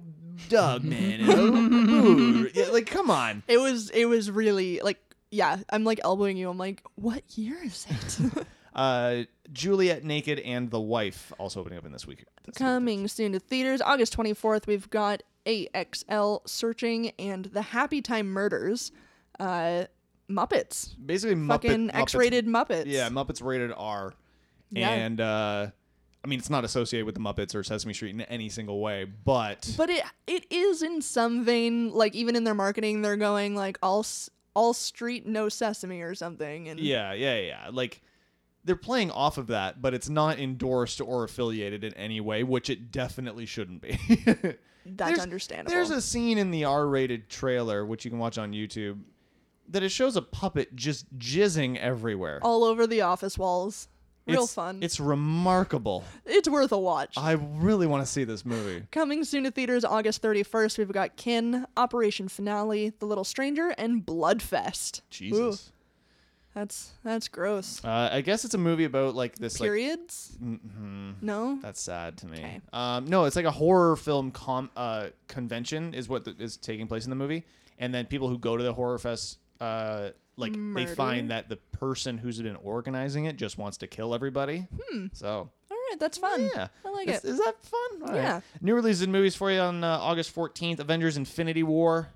Speaker 1: dog man. and a boo. yeah, like, come on.
Speaker 2: It was it was really like yeah. I'm like elbowing you. I'm like, what year is it?
Speaker 1: Uh, Juliet Naked and The Wife also opening up in this week. That's
Speaker 2: Coming soon to theaters, August 24th. We've got AXL Searching and The Happy Time Murders, uh, Muppets,
Speaker 1: Basically,
Speaker 2: fucking
Speaker 1: Muppet, Muppets-
Speaker 2: X-rated Muppets.
Speaker 1: Yeah, Muppets rated R.
Speaker 2: Yeah.
Speaker 1: And uh I mean it's not associated with the Muppets or Sesame Street in any single way, but,
Speaker 2: but it it is in some vein like even in their marketing they're going like all s- all street no sesame or something and
Speaker 1: yeah, yeah, yeah. Like they're playing off of that, but it's not endorsed or affiliated in any way, which it definitely shouldn't be.
Speaker 2: that's
Speaker 1: There's-
Speaker 2: understandable
Speaker 1: There's a scene in the R-rated trailer which you can watch on YouTube that it shows a puppet just jizzing everywhere.
Speaker 2: all over the office walls Oh, real
Speaker 1: It's-
Speaker 2: fun it's,
Speaker 1: It's remarkable.
Speaker 2: worth a watch
Speaker 1: I really want to see this movie.
Speaker 2: coming soon to theaters august 31st we've got kin operation finale the little stranger and bloodfest
Speaker 1: Jesus.
Speaker 2: Ooh, that's that's gross
Speaker 1: Uh, I guess it's a movie about like this like Mm-hmm.
Speaker 2: periods no
Speaker 1: That's sad to me.
Speaker 2: Okay.
Speaker 1: Um, no, it's like a horror film com- uh, convention is what th- is taking place in the movie, and then people who go to the horror fest, uh, like they
Speaker 2: Murder?
Speaker 1: find that the person who's been organizing it just wants to kill everybody.
Speaker 2: Hmm.
Speaker 1: So
Speaker 2: all right that's fun
Speaker 1: yeah,
Speaker 2: i like
Speaker 1: is,
Speaker 2: it
Speaker 1: is that fun? All right.
Speaker 2: Yeah.
Speaker 1: New releases in movies for you on uh, August fourteenth: Avengers: Infinity War.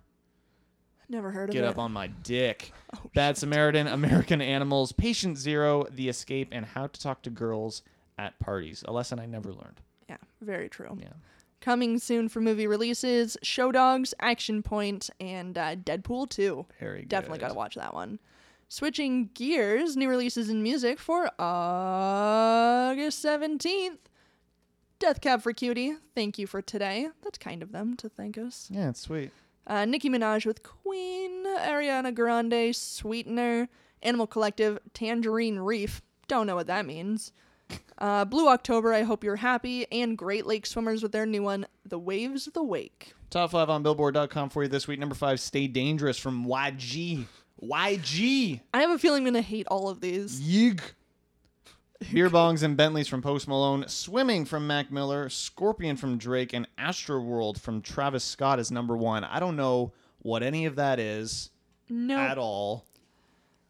Speaker 2: never heard of
Speaker 1: Get
Speaker 2: it Oh,
Speaker 1: up on my dick. Bad Samaritan, American Animals, Patient Zero, The Escape, and How to Talk to Girls at Parties. A lesson I never learned.
Speaker 2: yeah very true
Speaker 1: Yeah.
Speaker 2: Coming soon for movie releases, Show Dogs, Action Point, and uh, Deadpool 2.
Speaker 1: Very
Speaker 2: Definitely
Speaker 1: good.
Speaker 2: got to watch that one. Switching gears, new releases in music for August 17th. Death Cab for Cutie, thank you for today. That's kind of them to thank us.
Speaker 1: Yeah, it's sweet.
Speaker 2: Uh, Nicki Minaj with Queen, Ariana Grande, Sweetener, Animal Collective, Tangerine Reef. Don't know what that means. Uh, Blue October, I hope you're happy, and Great Lake Swimmers with their new one, The Waves of the Wake.
Speaker 1: Top five on Billboard.com for you this week. Number five, Stay Dangerous from YG. YG.
Speaker 2: I have a feeling I'm gonna hate all of these.
Speaker 1: Yeeg. Beer Bongs and Bentleys from Post Malone, Swimming from Mac Miller, Scorpion from Drake, and Astroworld from Travis Scott is number one. I don't know what any of that is
Speaker 2: No.
Speaker 1: at all.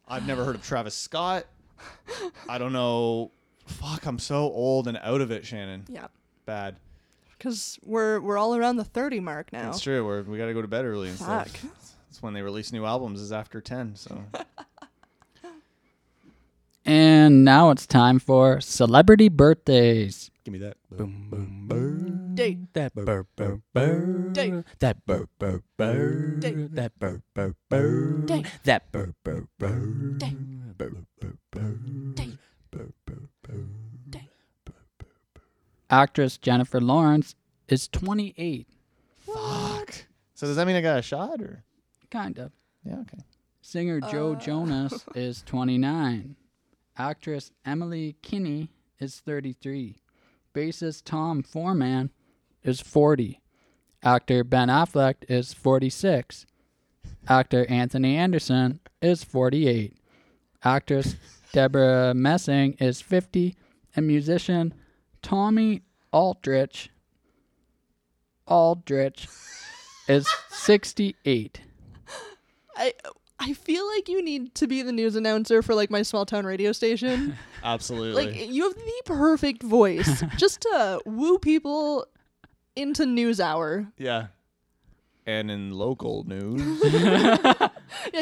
Speaker 1: I've never heard of Travis Scott. I don't know. Fuck, I'm so old and out of it, Shannon.
Speaker 2: Yeah,
Speaker 1: Bad.
Speaker 2: because we're we're all around the thirty mark now.
Speaker 1: That's true. We're, we got to go to bed early and stuff.
Speaker 2: Fuck.
Speaker 1: That's when they release new albums is after 10, so
Speaker 7: And now it's time for celebrity birthdays.
Speaker 1: give me that.
Speaker 9: Boom, boom, burr.
Speaker 2: Day,
Speaker 9: That burr, burr, burr.
Speaker 2: Date.
Speaker 9: That burr, burr, burr.
Speaker 2: Date.
Speaker 9: That burr, burr, burr.
Speaker 11: Date.
Speaker 9: That burr, burr, burr.
Speaker 11: Date.
Speaker 9: Burr, burr, burr.
Speaker 11: Date.
Speaker 9: Burr, burr, burr.
Speaker 7: Actress Jennifer Lawrence is 28,
Speaker 1: Fuck. So does that mean I got a shot or?
Speaker 7: kind of.
Speaker 1: Yeah, okay.
Speaker 7: Singer Joe Jonas is 29. Actress Emily Kinney is 33. Bassist Tom Foreman is 40. Actor Ben Affleck is 46. Actor Anthony Anderson is 48. Actress Deborah Messing is 50. And musician Tommy Aldrich Aldrich is 68.
Speaker 2: I I feel like you need to be the news announcer for like my small town radio station.
Speaker 1: Absolutely.
Speaker 2: like you have the perfect voice just to woo people into news hour.
Speaker 1: yeah. And in local news,
Speaker 2: Yeah,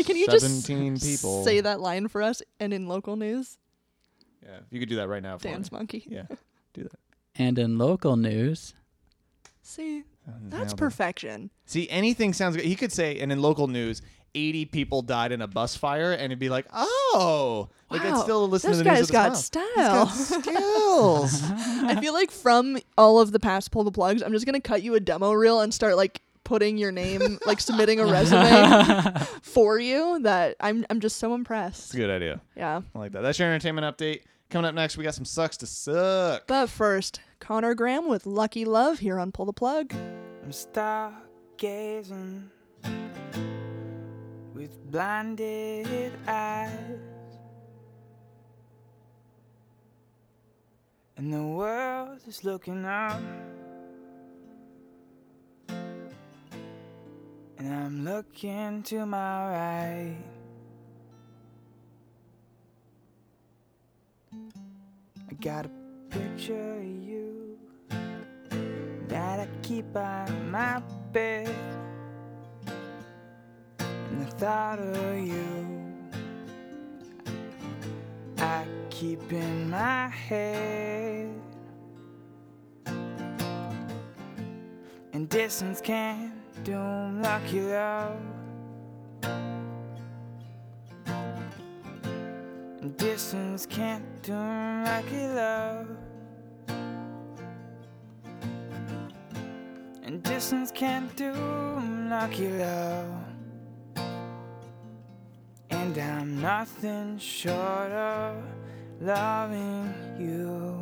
Speaker 2: can you just
Speaker 1: 17 people.
Speaker 2: say that line for us and in local news?
Speaker 1: Yeah, you could do that right now for
Speaker 2: Dance
Speaker 1: me.
Speaker 2: monkey.
Speaker 1: Oh, Yeah, do that.
Speaker 7: And in local news,
Speaker 2: See,
Speaker 1: Uh, Nailed
Speaker 2: that's
Speaker 1: it.
Speaker 2: perfection.
Speaker 1: See, anything sounds good. He could say, and in local news, 80 people died in a bus fire, and it'd be like, oh, like I'd
Speaker 2: Wow,
Speaker 1: still listen
Speaker 2: this
Speaker 1: to the
Speaker 2: guy's
Speaker 1: news. with a
Speaker 2: got style.
Speaker 1: smile. He's got skills.
Speaker 2: I feel like from all of the past pull the plugs, I'm just gonna cut you a demo reel and start like putting your name, like submitting a resume for you. That I'm I'm just so
Speaker 1: It's
Speaker 2: impressed.
Speaker 1: a good idea.
Speaker 2: Yeah.
Speaker 1: I like that. That's your entertainment update. Coming up next, we got some sucks to suck.
Speaker 2: But first, Connor Graham with Lucky Love here on Pull the Plug.
Speaker 13: I'm stargazing with blinded eyes, and the world is looking up, and I'm looking to my right. I got a picture of you that I keep by my bed. And the thought of you, I keep in my head. And distance can't doom lucky love. And distance can't doom lucky love. And distance can't do lucky love. And I'm nothing short of loving you.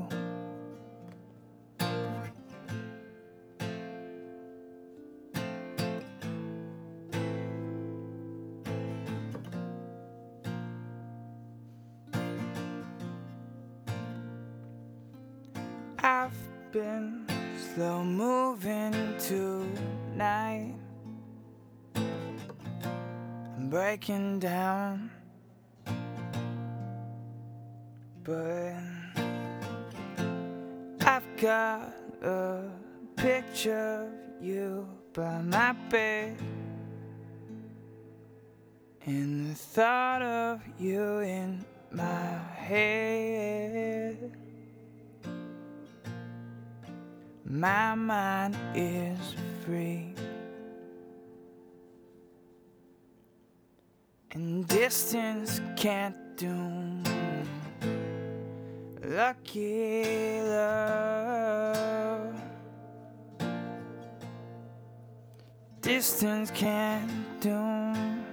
Speaker 13: I've been slow moving tonight. I'm breaking down, but I've got a picture of you by my bed. And the thought of you in my head. My mind is free. And distance can't doom lucky love. Distance can't doom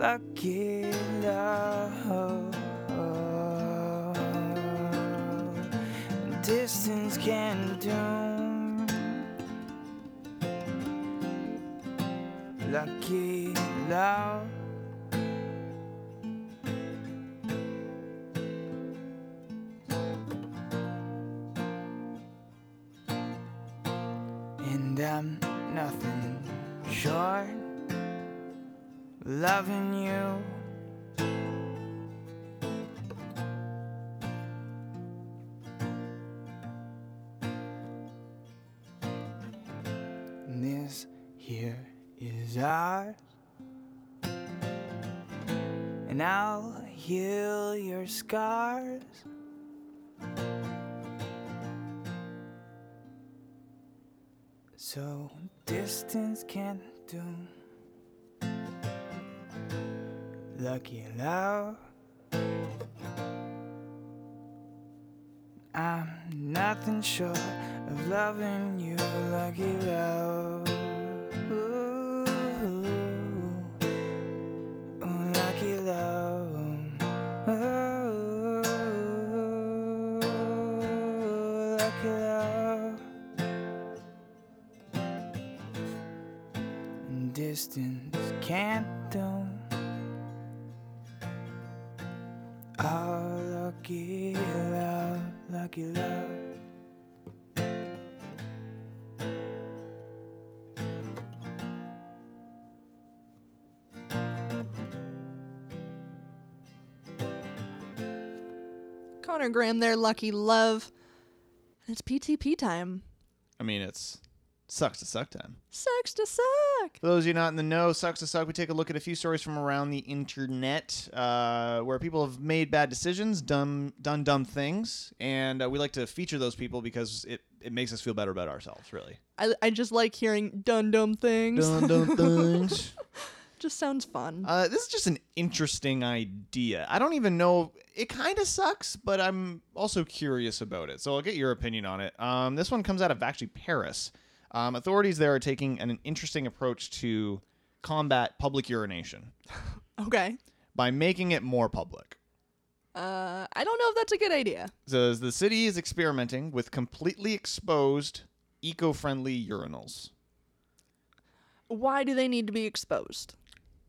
Speaker 13: lucky love. Distance can do lucky love.
Speaker 14: And I'm nothing short of loving you. And this here is ours. And I'll heal your scars. So distance can't do. Lucky love. I'm nothing short of loving you, lucky love. Ooh, lucky love. Ooh, lucky love. And distance can't do. Oh, lucky love, lucky love.
Speaker 2: Connor Graham there, lucky love. It's PTP time.
Speaker 1: I mean, it's sucks to suck time.
Speaker 2: Sucks to suck.
Speaker 1: For those of you not in the know, Sucks to Suck, we take a look at a few stories from around the internet uh, where people have made bad decisions, dumb, done dumb things, and uh, we like to feature those people because it, it makes us feel better about ourselves, really.
Speaker 2: I, I just like hearing dun dum things.
Speaker 1: Done dumb things.
Speaker 2: just sounds fun.
Speaker 1: Uh, this is just an interesting idea. I don't even know. It kind of sucks, but I'm also curious about it. So I'll get your opinion on it. Um, this one comes out of actually Paris. Um, authorities there are taking an, an interesting approach to combat public urination
Speaker 2: okay.
Speaker 1: by making it more public.
Speaker 2: Uh, I don't know if that's a good idea.
Speaker 1: Says the city is experimenting with completely exposed, eco-friendly urinals.
Speaker 2: Why do they need to be exposed?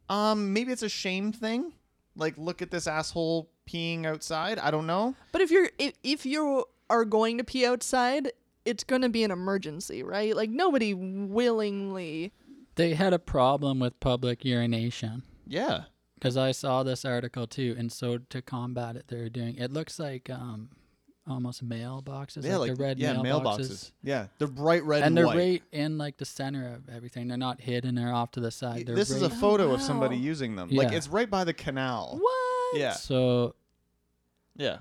Speaker 1: Um, maybe it's a shame thing. Like, look at this asshole peeing outside. I don't know.
Speaker 2: But if you're if, if you are going to pee outside, it's gonna be an emergency, right? Like nobody willingly.
Speaker 7: They had a problem with public urination.
Speaker 1: Yeah.
Speaker 7: because I saw this article too, and so to combat it, they're doing. It looks like um, almost mailboxes, like, the red
Speaker 1: yeah,
Speaker 7: mailboxes,
Speaker 1: Yeah, they're bright red
Speaker 7: and,
Speaker 1: and,
Speaker 7: they're
Speaker 1: white.
Speaker 7: right in like the center of everything. They're not hidden; they're off to the side. They're
Speaker 1: This is a
Speaker 7: right-
Speaker 1: photo of
Speaker 2: Oh, wow.
Speaker 1: somebody using them. Like
Speaker 7: Yeah.
Speaker 1: it's right by the canal.
Speaker 2: What?
Speaker 1: Yeah,
Speaker 7: so
Speaker 1: yeah.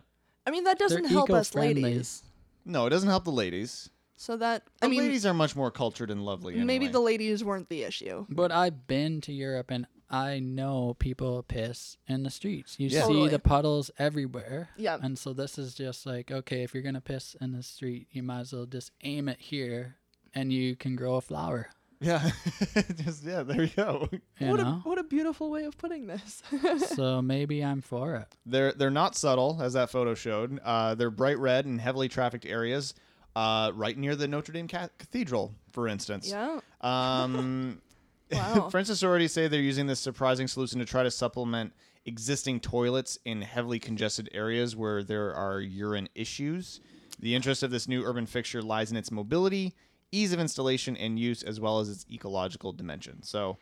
Speaker 2: I mean that doesn't
Speaker 7: They're
Speaker 2: help us
Speaker 7: eco-friendly.
Speaker 2: ladies.
Speaker 1: No, it doesn't help the ladies.
Speaker 2: So that
Speaker 1: The
Speaker 2: I mean
Speaker 1: ladies are much more cultured and lovely.
Speaker 2: maybe
Speaker 1: anyway.
Speaker 2: the ladies weren't the issue.
Speaker 7: But I've been to Europe and I know people piss in the streets. You
Speaker 1: Yeah.
Speaker 7: see
Speaker 2: Totally.
Speaker 7: the puddles everywhere.
Speaker 2: Yeah.
Speaker 7: And so this is just like, okay, if you're going to piss in the street, you might as well just aim it here and you can grow a flower.
Speaker 1: yeah, just yeah. There you go.
Speaker 7: You
Speaker 2: what
Speaker 7: know?
Speaker 2: a what a beautiful way of putting this.
Speaker 7: so maybe I'm for it.
Speaker 1: They're they're not subtle, as that photo showed. Uh, they're bright red in heavily trafficked areas, uh, right near the Notre Dame Ca- Cathedral, for instance.
Speaker 2: yeah.
Speaker 1: Um,
Speaker 2: Wow.
Speaker 1: French authorities say they're using this surprising solution to try to supplement existing toilets in heavily congested areas where there are urine issues. The interest of this new urban fixture lies in its mobility, ease of installation and use, as well as its ecological dimension. So.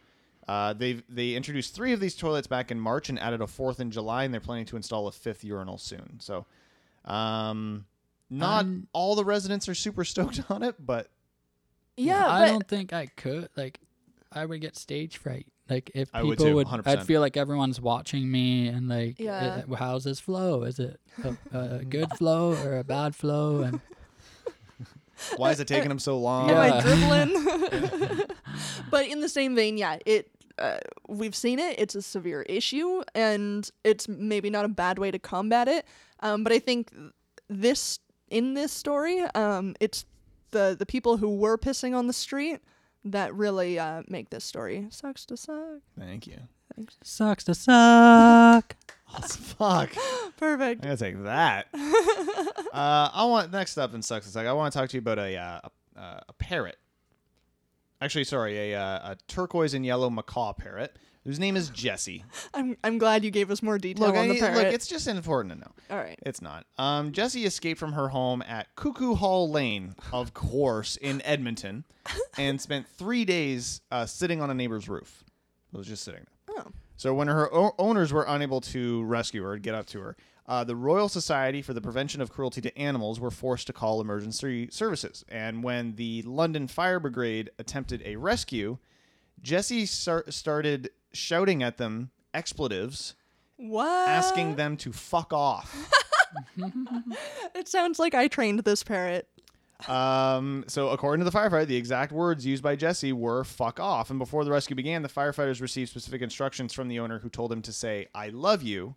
Speaker 1: Uh, they've they introduced three of these toilets back in March and added a fourth in July, and they're planning to install a fifth urinal soon. So, um, not
Speaker 7: I'm-
Speaker 1: all the residents are super stoked on it, but
Speaker 2: Yeah,
Speaker 7: I
Speaker 2: but
Speaker 7: don't think I could. Like, I would get stage fright. Like, if
Speaker 1: I
Speaker 7: people
Speaker 1: would
Speaker 7: would,
Speaker 1: too,
Speaker 7: i would
Speaker 1: 100%.
Speaker 7: feel like everyone's watching me and like,
Speaker 2: Yeah.
Speaker 7: uh, how's this flow? Is it a, a good flow or a bad flow? And
Speaker 1: why is it taking them so long?
Speaker 7: Yeah.
Speaker 2: Am I dribbling? but in the same vein, yeah, it. Uh, we've seen it. It's a severe issue, and it's maybe not a bad way to combat it. Um, but I think this in this story, um, it's the the people who were pissing on the street that really uh, make this story sucks to suck.
Speaker 1: Thank you.
Speaker 7: sucks to suck.
Speaker 1: Fuck.
Speaker 2: Perfect.
Speaker 1: I gotta take that. uh, I want next up in sucks. It's like I want to talk to you about a uh, a, uh, a parrot. Actually, sorry, a, uh, a turquoise and yellow macaw parrot whose name is Jesse.
Speaker 2: I'm I'm glad you gave us more detail
Speaker 1: Look,
Speaker 2: on
Speaker 1: I
Speaker 2: the
Speaker 1: need-
Speaker 2: parrot.
Speaker 1: look, it's just important to know.
Speaker 2: All right.
Speaker 1: It's not. Um, Jesse escaped from her home at Cuckoo Hall Lane, of course, in Edmonton, and spent three days uh, sitting on a neighbor's roof. It was just sitting there.
Speaker 2: Oh.
Speaker 1: So when her o- owners were unable to rescue her, get up to her, uh, the Royal Society for the Prevention of Cruelty to Animals were forced to call emergency services. And when the London Fire Brigade attempted a rescue, Jesse sar- started shouting at them expletives,
Speaker 2: What?
Speaker 1: asking them to fuck off.
Speaker 2: It sounds like I trained this parrot.
Speaker 1: Um, so according to the firefighter, the exact words used by Jesse were "fuck off." And before the rescue began, the firefighters received specific instructions from the owner, who told him to say "I love you."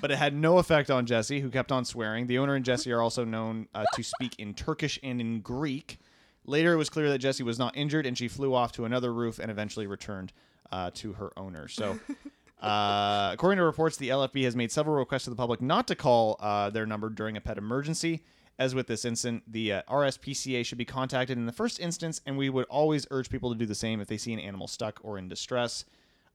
Speaker 1: But it had no effect on Jesse, who kept on swearing. The owner and Jesse are also known uh, to speak in Turkish and in Greek. Later, it was clear that Jesse was not injured, and she flew off to another roof and eventually returned uh, to her owner. So. Uh, according to reports, the LFB has made several requests to the public not to call uh, their number during a pet emergency. As with this incident, the uh, RSPCA should be contacted in the first instance, and we would always urge people to do the same if they see an animal stuck or in distress.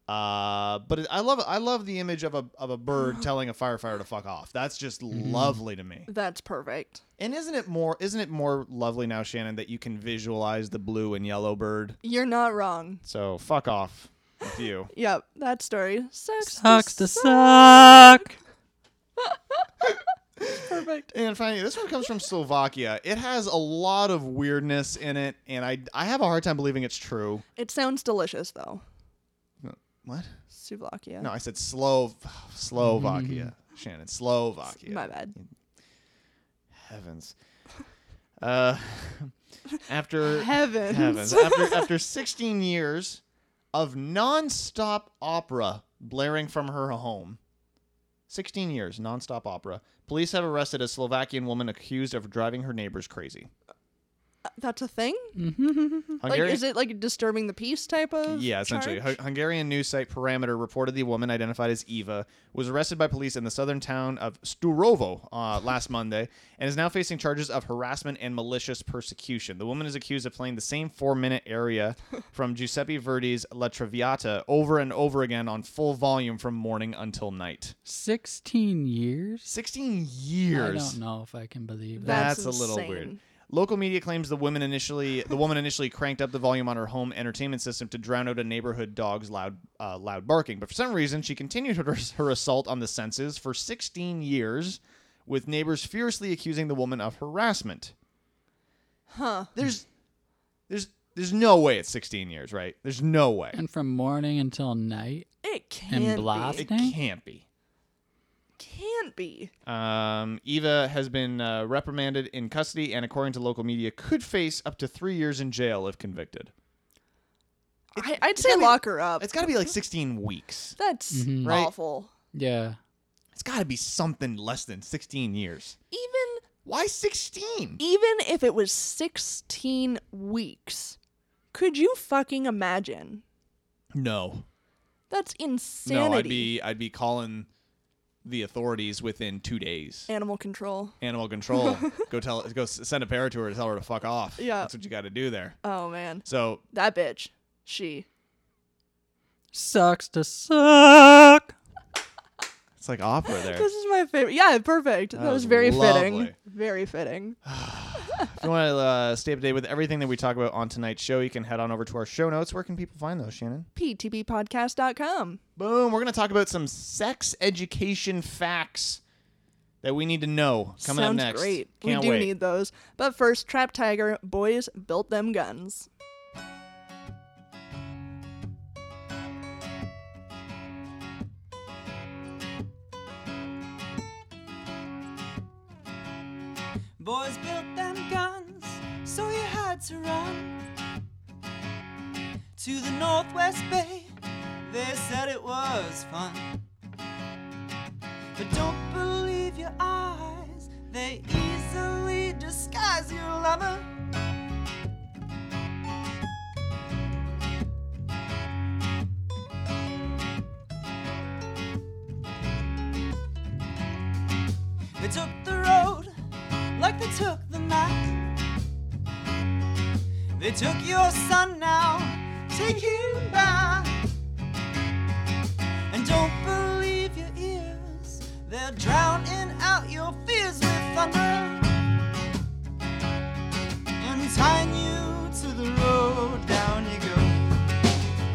Speaker 1: Uh, but it, I love I love the image of a of a bird telling a firefighter to fuck off. That's just lovely to me.
Speaker 2: That's perfect.
Speaker 1: And isn't it more isn't it more lovely now, Shannon, that you can visualize the blue and yellow bird?
Speaker 2: You're not wrong.
Speaker 1: So fuck off with you.
Speaker 2: Yep, that story sucks. to
Speaker 7: Sucks to
Speaker 2: suck.
Speaker 7: suck.
Speaker 2: Perfect.
Speaker 1: And finally, this one comes from Slovakia. It has a lot of weirdness in it, and I I have a hard time believing it's true.
Speaker 2: It sounds delicious though.
Speaker 1: Uh, What?
Speaker 2: Slovakia.
Speaker 1: No, I said Slov Slovakia. Shannon, Slovakia.
Speaker 2: My bad.
Speaker 1: Heavens. Uh, after
Speaker 2: Heavens.
Speaker 1: heavens after after 16 years of non-stop opera blaring from her home. 16 years non-stop opera. Police have arrested a Slovakian woman accused of driving her neighbors crazy.
Speaker 2: Uh, That's a thing?
Speaker 7: Mm-hmm.
Speaker 2: Like
Speaker 1: Hungarian-
Speaker 2: is it like disturbing the peace type of
Speaker 1: Yeah, essentially.
Speaker 2: charge?
Speaker 1: Hu- Hungarian news site Parameter reported the woman identified as Eva was arrested by police in the southern town of Sturovo uh, last Monday and is now facing charges of harassment and malicious persecution. The woman is accused of playing the same four minute area from Giuseppe Verdi's La Traviata over and over again on full volume from morning until night.
Speaker 7: 16 years?
Speaker 1: 16
Speaker 7: I
Speaker 1: years.
Speaker 7: don't know if I can believe that.
Speaker 2: That's
Speaker 1: That's, a little
Speaker 2: insane.
Speaker 1: weird. Local media claims the woman initially the woman initially cranked up the volume on her home entertainment system to drown out a neighborhood dog's loud uh, loud barking. But for some reason, she continued her, her assault on the senses for 16 years, with neighbors furiously accusing the woman of harassment.
Speaker 2: Huh.
Speaker 1: There's there's there's no way it's 16 years, right? There's no way.
Speaker 7: And from morning until night?
Speaker 2: It can't
Speaker 7: blast-
Speaker 2: be.
Speaker 1: It can't be.
Speaker 2: It can't be.
Speaker 1: Um, Eva has been uh, reprimanded in custody, and according to local media, could face up to three years in jail if convicted.
Speaker 2: I, I'd say
Speaker 1: gotta be-
Speaker 2: lock her up.
Speaker 1: It's got to be like 16 weeks.
Speaker 2: That's
Speaker 7: Mhm.
Speaker 1: Right.
Speaker 2: awful.
Speaker 7: Yeah.
Speaker 1: It's got to be something less than 16 years.
Speaker 2: Even
Speaker 1: Why 16?
Speaker 2: even if it was 16 weeks, could you fucking imagine?
Speaker 1: No.
Speaker 2: That's insanity.
Speaker 1: No, I'd be I'd be calling the authorities within 2 days.
Speaker 2: Animal control.
Speaker 1: Animal control. go tell go s- send a parrot to her to tell her to fuck off.
Speaker 2: Yeah.
Speaker 1: That's what you got to do there.
Speaker 2: Oh man,
Speaker 1: So,
Speaker 2: that bitch. She.
Speaker 7: Sucks to suck.
Speaker 1: it's like opera there.
Speaker 2: This is my favorite. Yeah, perfect. That,
Speaker 1: That
Speaker 2: was
Speaker 1: was
Speaker 2: very fitting.
Speaker 1: lovely.
Speaker 2: Very fitting.
Speaker 1: if you want to uh, stay up to date with everything that we talk about on tonight's show, you can head on over to our show notes. Where can people find those, Shannon?
Speaker 2: PTBpodcast.com.
Speaker 1: Boom. We're going to talk about some sex education facts that we need to know coming
Speaker 2: Sounds
Speaker 1: up next.
Speaker 2: great.
Speaker 1: Can't
Speaker 2: we do
Speaker 1: wait.
Speaker 2: need those. But first, Trap Tiger, boys built them guns.
Speaker 14: Boys built them guns, so you had to run to the Northwest Bay. They said it was fun, but don't believe your eyes. They easily disguise your lover. They took the road like they took the night. They took your son now, take him back. They're drowning out your fears with thunder. And he's tying you to the road, down you go.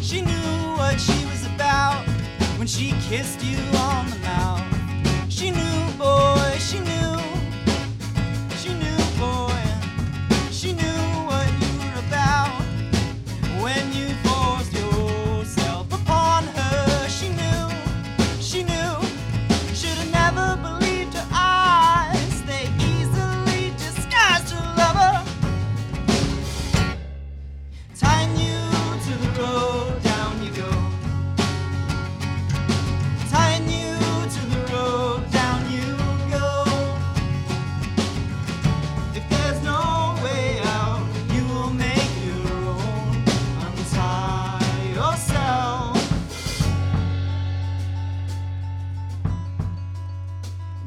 Speaker 14: She knew what she was about when she kissed you on the mouth. She knew, boy, she knew. She knew, boy. She knew what you were about when you forced yourself upon her. She knew, she knew. Should have never believed her eyes. They easily disguised her lover tying you to the road, down you go. Tying you to the road, down you go. If there's no way out, you will make your own. Untie yourself.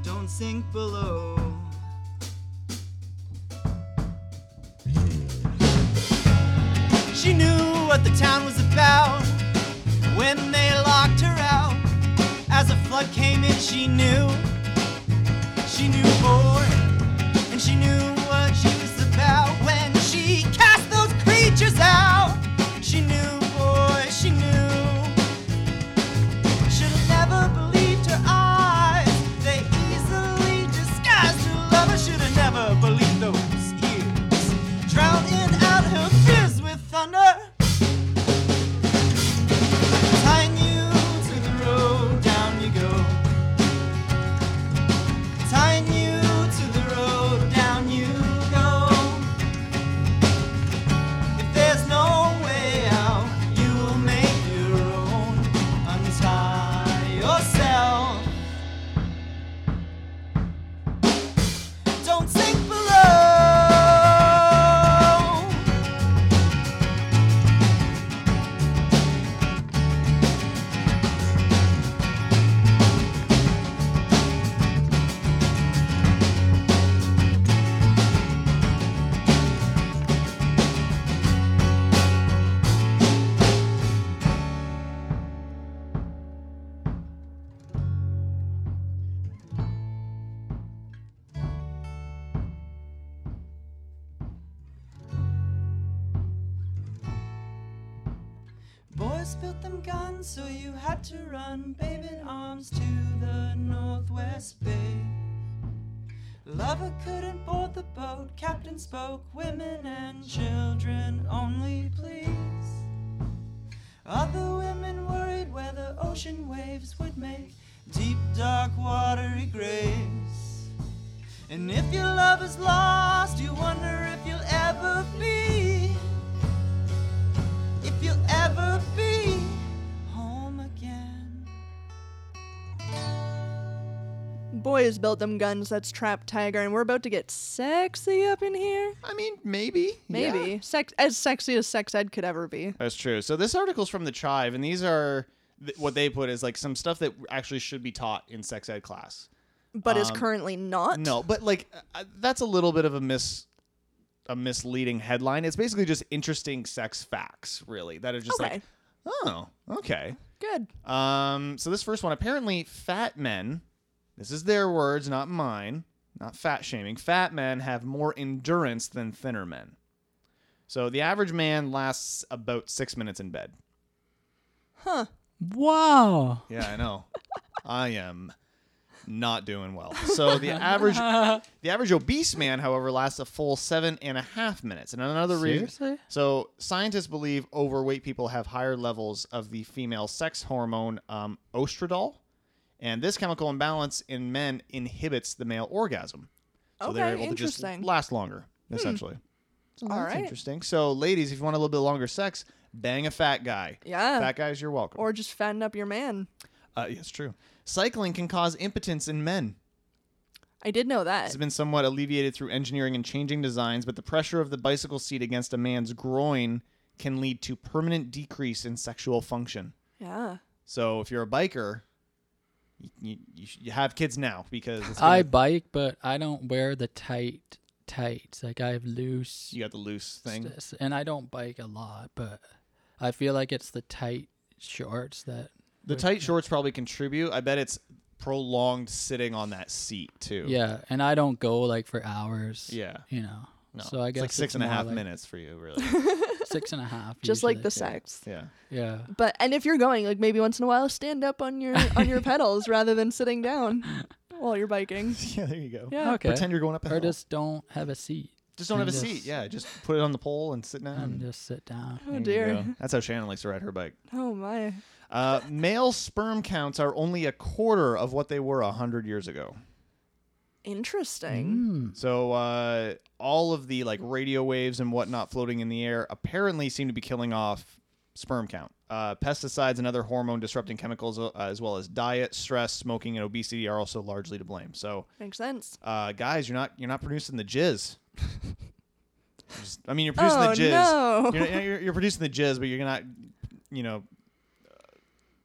Speaker 14: Don't sink below. She knew what the town was about when they locked her out. As a flood came in, she knew. She knew boy, and she knew what she was about when she cast those creatures out. She knew boy, she knew. Should have never believed her eyes. They easily disguised her lover. Should have never believed those ears drowning out her fears with thunder. Tying you to the road, down you go. Tying you to the road, down you go. If there's no way out, you will make your own. Untie yourself. Don't sink below. Boys built them guns, so you had to run, babe in arms to the Northwest Bay. Lover couldn't board the boat, captain spoke, women and children only, please. Other women worried whether ocean waves would make deep, dark, watery graves. And if your love is lost, you wonder if you'll ever be if you'll ever be home again.
Speaker 2: Boys built them guns, that's Trap Tiger, and we're about to get sexy up in here.
Speaker 1: I mean, maybe. Yeah.
Speaker 2: Maybe. Sex as sexy as sex ed could ever be.
Speaker 1: That's true. So this article's from the Chive, and these are th- what they put is like some stuff that actually should be taught in sex ed class.
Speaker 2: But
Speaker 1: Um,
Speaker 2: is currently not.
Speaker 1: No, but like uh, that's a little bit of a mis a misleading headline. It's basically just interesting sex facts, really, that are just
Speaker 2: Okay.
Speaker 1: like, oh, okay.
Speaker 2: Good.
Speaker 1: Um, so this first one, apparently, fat men. This is their words, not mine. Not fat shaming. Fat men have more endurance than thinner men. So the average man lasts about six minutes in bed.
Speaker 7: Wow.
Speaker 1: Yeah, I know. I am not doing well. So the average the average obese man, however, lasts a full seven and a half minutes. And another reason
Speaker 7: Seriously?
Speaker 1: so scientists believe overweight people have higher levels of the female sex hormone um, estradiol, and this chemical imbalance in men inhibits the male orgasm. So they're
Speaker 2: Okay,
Speaker 1: able to just
Speaker 2: interesting. Hmm.
Speaker 1: last longer, essentially. So
Speaker 2: All
Speaker 1: that's
Speaker 2: right.
Speaker 1: interesting. So ladies, if you want a little bit longer sex, bang a fat guy.
Speaker 2: Yeah.
Speaker 1: Fat guys, you're welcome.
Speaker 2: Or just fatten up your man.
Speaker 1: Uh, yeah, it's true. Cycling can cause impotence in men.
Speaker 2: I did know
Speaker 1: It's
Speaker 2: that.
Speaker 1: been somewhat alleviated through engineering and changing designs, but the pressure of the bicycle seat against a man's groin can lead to permanent decrease in sexual function.
Speaker 2: Yeah.
Speaker 1: So if you're a biker, you, you, you, sh- you have kids now because it's
Speaker 7: I
Speaker 1: gonna-
Speaker 7: bike, but I don't wear the tight tights. Like I have loose
Speaker 1: You got the loose thing.
Speaker 7: s- and I don't bike a lot, but I feel like it's the tight shorts that
Speaker 1: The tight shorts probably contribute. I bet it's prolonged sitting on that seat too.
Speaker 7: yeah, and I don't go like for hours.
Speaker 1: Yeah.
Speaker 7: you know.
Speaker 1: No.
Speaker 7: So I
Speaker 1: it's
Speaker 7: guess
Speaker 1: like six
Speaker 7: it's
Speaker 1: and a
Speaker 7: more
Speaker 1: half
Speaker 7: like
Speaker 1: minutes for you, really.
Speaker 7: Six and a half.
Speaker 2: just like
Speaker 7: usually,
Speaker 2: the
Speaker 7: too.
Speaker 2: sex.
Speaker 1: yeah.
Speaker 7: Yeah.
Speaker 2: But and if you're going, like maybe once in a while, stand up on your on your pedals rather than sitting down while you're biking.
Speaker 1: Yeah, there you go.
Speaker 2: Yeah.
Speaker 7: Okay.
Speaker 1: Pretend you're going up a
Speaker 7: or
Speaker 1: hill.
Speaker 7: just don't have a seat
Speaker 1: Just don't have a
Speaker 7: and
Speaker 1: seat.
Speaker 7: just-
Speaker 1: Yeah, just put it on the pole and sit down.
Speaker 7: and just sit down.
Speaker 2: Oh
Speaker 1: There you
Speaker 2: dear.
Speaker 1: go. That's how Shannon likes to ride her bike.
Speaker 2: Oh my.
Speaker 1: Uh, male sperm counts are only a quarter of what they were a hundred years ago.
Speaker 2: Interesting.
Speaker 1: So uh, all of the like radio waves and whatnot floating in the air apparently seem to be killing off sperm count. Uh, pesticides and other hormone disrupting chemicals, uh, as well as diet, stress, smoking, and obesity, are also largely to blame. So,
Speaker 2: Makes sense.
Speaker 1: uh, guys, you're not you're not producing the jizz. Just- I mean, you're producing
Speaker 2: Oh,
Speaker 1: the jizz.
Speaker 2: no.
Speaker 1: You're, you're, you're producing the jizz, but you're not, you know, uh,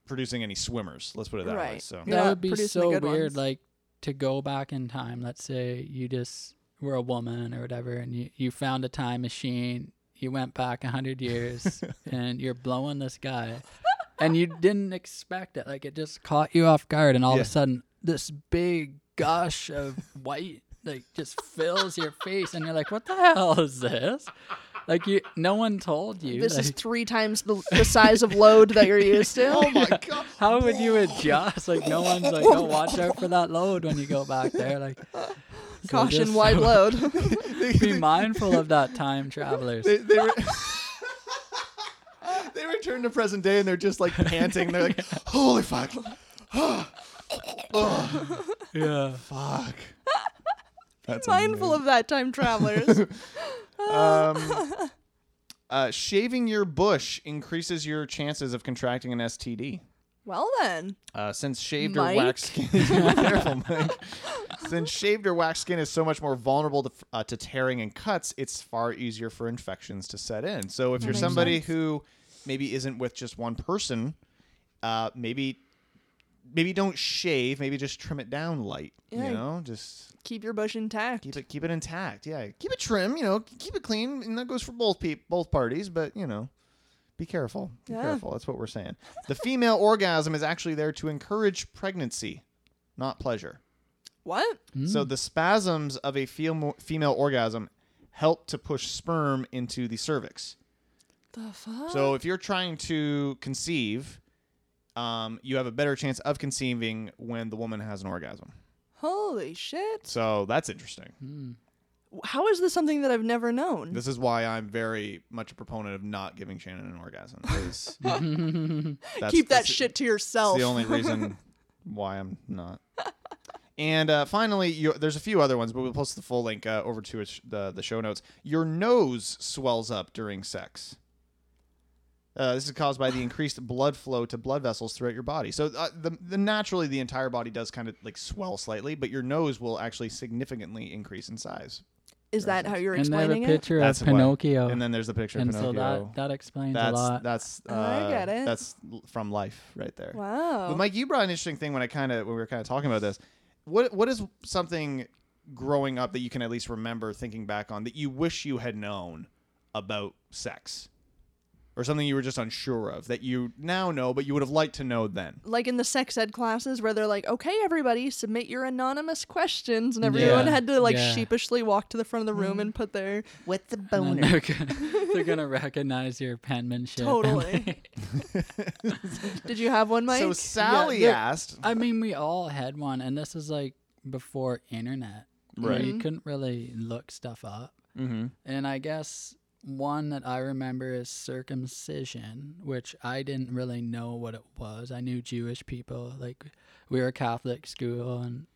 Speaker 1: producing any swimmers. Let's put it that way.
Speaker 2: Right.
Speaker 1: So,
Speaker 2: You're
Speaker 7: that
Speaker 2: not
Speaker 7: would be
Speaker 2: producing the
Speaker 7: so weird
Speaker 2: good ones.
Speaker 7: like to go back in time let's say you just were a woman or whatever and you, you found a time machine you went back 100 years and you're blowing this guy and you didn't expect it like it just caught you off guard and all
Speaker 1: Yeah.
Speaker 7: of a sudden this big gush of white like just fills your face and you're like what the hell is this like you no one told you
Speaker 2: This
Speaker 7: like,
Speaker 2: is three times the, the size of load that you're used to. oh my
Speaker 1: God.
Speaker 7: How would you adjust? Like no one's like, oh, watch out for that load when you go back there. Like, so
Speaker 2: Caution,
Speaker 7: just
Speaker 2: wide load.
Speaker 7: Be mindful of that, time travelers.
Speaker 1: they, they, re- they return to present day and they're just like panting. They're like, holy fuck.
Speaker 7: Yeah.
Speaker 1: Fuck. That's
Speaker 2: Mindful of that, time travelers.
Speaker 1: Um, uh, shaving your bush increases your chances of contracting an STD.
Speaker 2: well then,
Speaker 1: Uh, since shaved
Speaker 2: Mike?
Speaker 1: or waxed skin, Be careful, Mike. Since shaved or waxed skin is so much more vulnerable to, uh, to tearing and cuts, it's far easier for infections to set in. So if you're somebody who maybe isn't with just one person, uh, maybe maybe don't shave, maybe just trim it down light.
Speaker 2: Yeah.
Speaker 1: You know, just
Speaker 2: keep your bush intact.
Speaker 1: keep it keep it intact. Yeah, keep it trim. You know, keep it clean, and that goes for both pe- both parties. But you know, be careful. Be
Speaker 2: Yeah.
Speaker 1: careful. That's what we're saying. The female orgasm is actually there to encourage pregnancy, not pleasure.
Speaker 2: What?
Speaker 1: So the spasms of a fem- female orgasm help to push sperm into the cervix.
Speaker 2: The fuck?
Speaker 1: So if you're trying to conceive, um, you have a better chance of conceiving when the woman has an orgasm.
Speaker 2: Holy shit.
Speaker 1: So that's interesting.
Speaker 2: How is this something that I've never known?
Speaker 1: This is why I'm very much a proponent of not giving Shannon an orgasm. 'cause that's-
Speaker 2: keep that
Speaker 1: that's
Speaker 2: shit to
Speaker 1: the-
Speaker 2: yourself.
Speaker 1: The only reason why I'm not. And uh, finally, your, there's a few other ones, but we'll post the full link uh, over to its- the the show notes. Your nose swells up during sex. Uh, this is caused by the increased blood flow to blood vessels throughout your body. So, uh, the, the naturally, the entire body does kind of like swell slightly, but your nose will actually significantly increase in size.
Speaker 2: is that how you're
Speaker 7: And they have a
Speaker 2: explaining it?
Speaker 7: picture
Speaker 1: That's
Speaker 7: of
Speaker 1: why.
Speaker 7: Pinocchio.
Speaker 1: And then there's the picture
Speaker 7: And
Speaker 1: of
Speaker 7: so
Speaker 1: Pinocchio
Speaker 7: that that explains
Speaker 1: that's
Speaker 7: a lot.
Speaker 1: that's uh,
Speaker 2: Oh, I get it.
Speaker 1: that's l- from life right there.
Speaker 2: Wow.
Speaker 1: But Mike, you brought an interesting thing when I kind of when we were kind of talking about this. What what is something growing up that you can at least remember thinking back on that you wish you had known about sex, or something you were just unsure of that you now know but you would have liked to know then?
Speaker 2: like in the sex ed classes where they're like, okay, everybody, submit your anonymous questions. And everyone
Speaker 7: Yeah,
Speaker 2: had to like
Speaker 7: yeah.
Speaker 2: sheepishly walk to the front of the
Speaker 1: Mm-hmm.
Speaker 2: room and put their. What's a
Speaker 7: And then they're, gonna, they're gonna recognize your penmanship. and,
Speaker 2: Totally.
Speaker 7: like-
Speaker 2: Did you have one, Mike?
Speaker 1: so Sally
Speaker 7: there-
Speaker 1: asked,
Speaker 7: I mean, we all had one, and this is like before internet. You know,
Speaker 1: Right.
Speaker 2: Mm-hmm.
Speaker 7: You couldn't really look stuff up.
Speaker 1: mm-hmm.
Speaker 7: And I guess one that I remember is circumcision, which I didn't really know what it was. I knew Jewish people, like we were a Catholic school and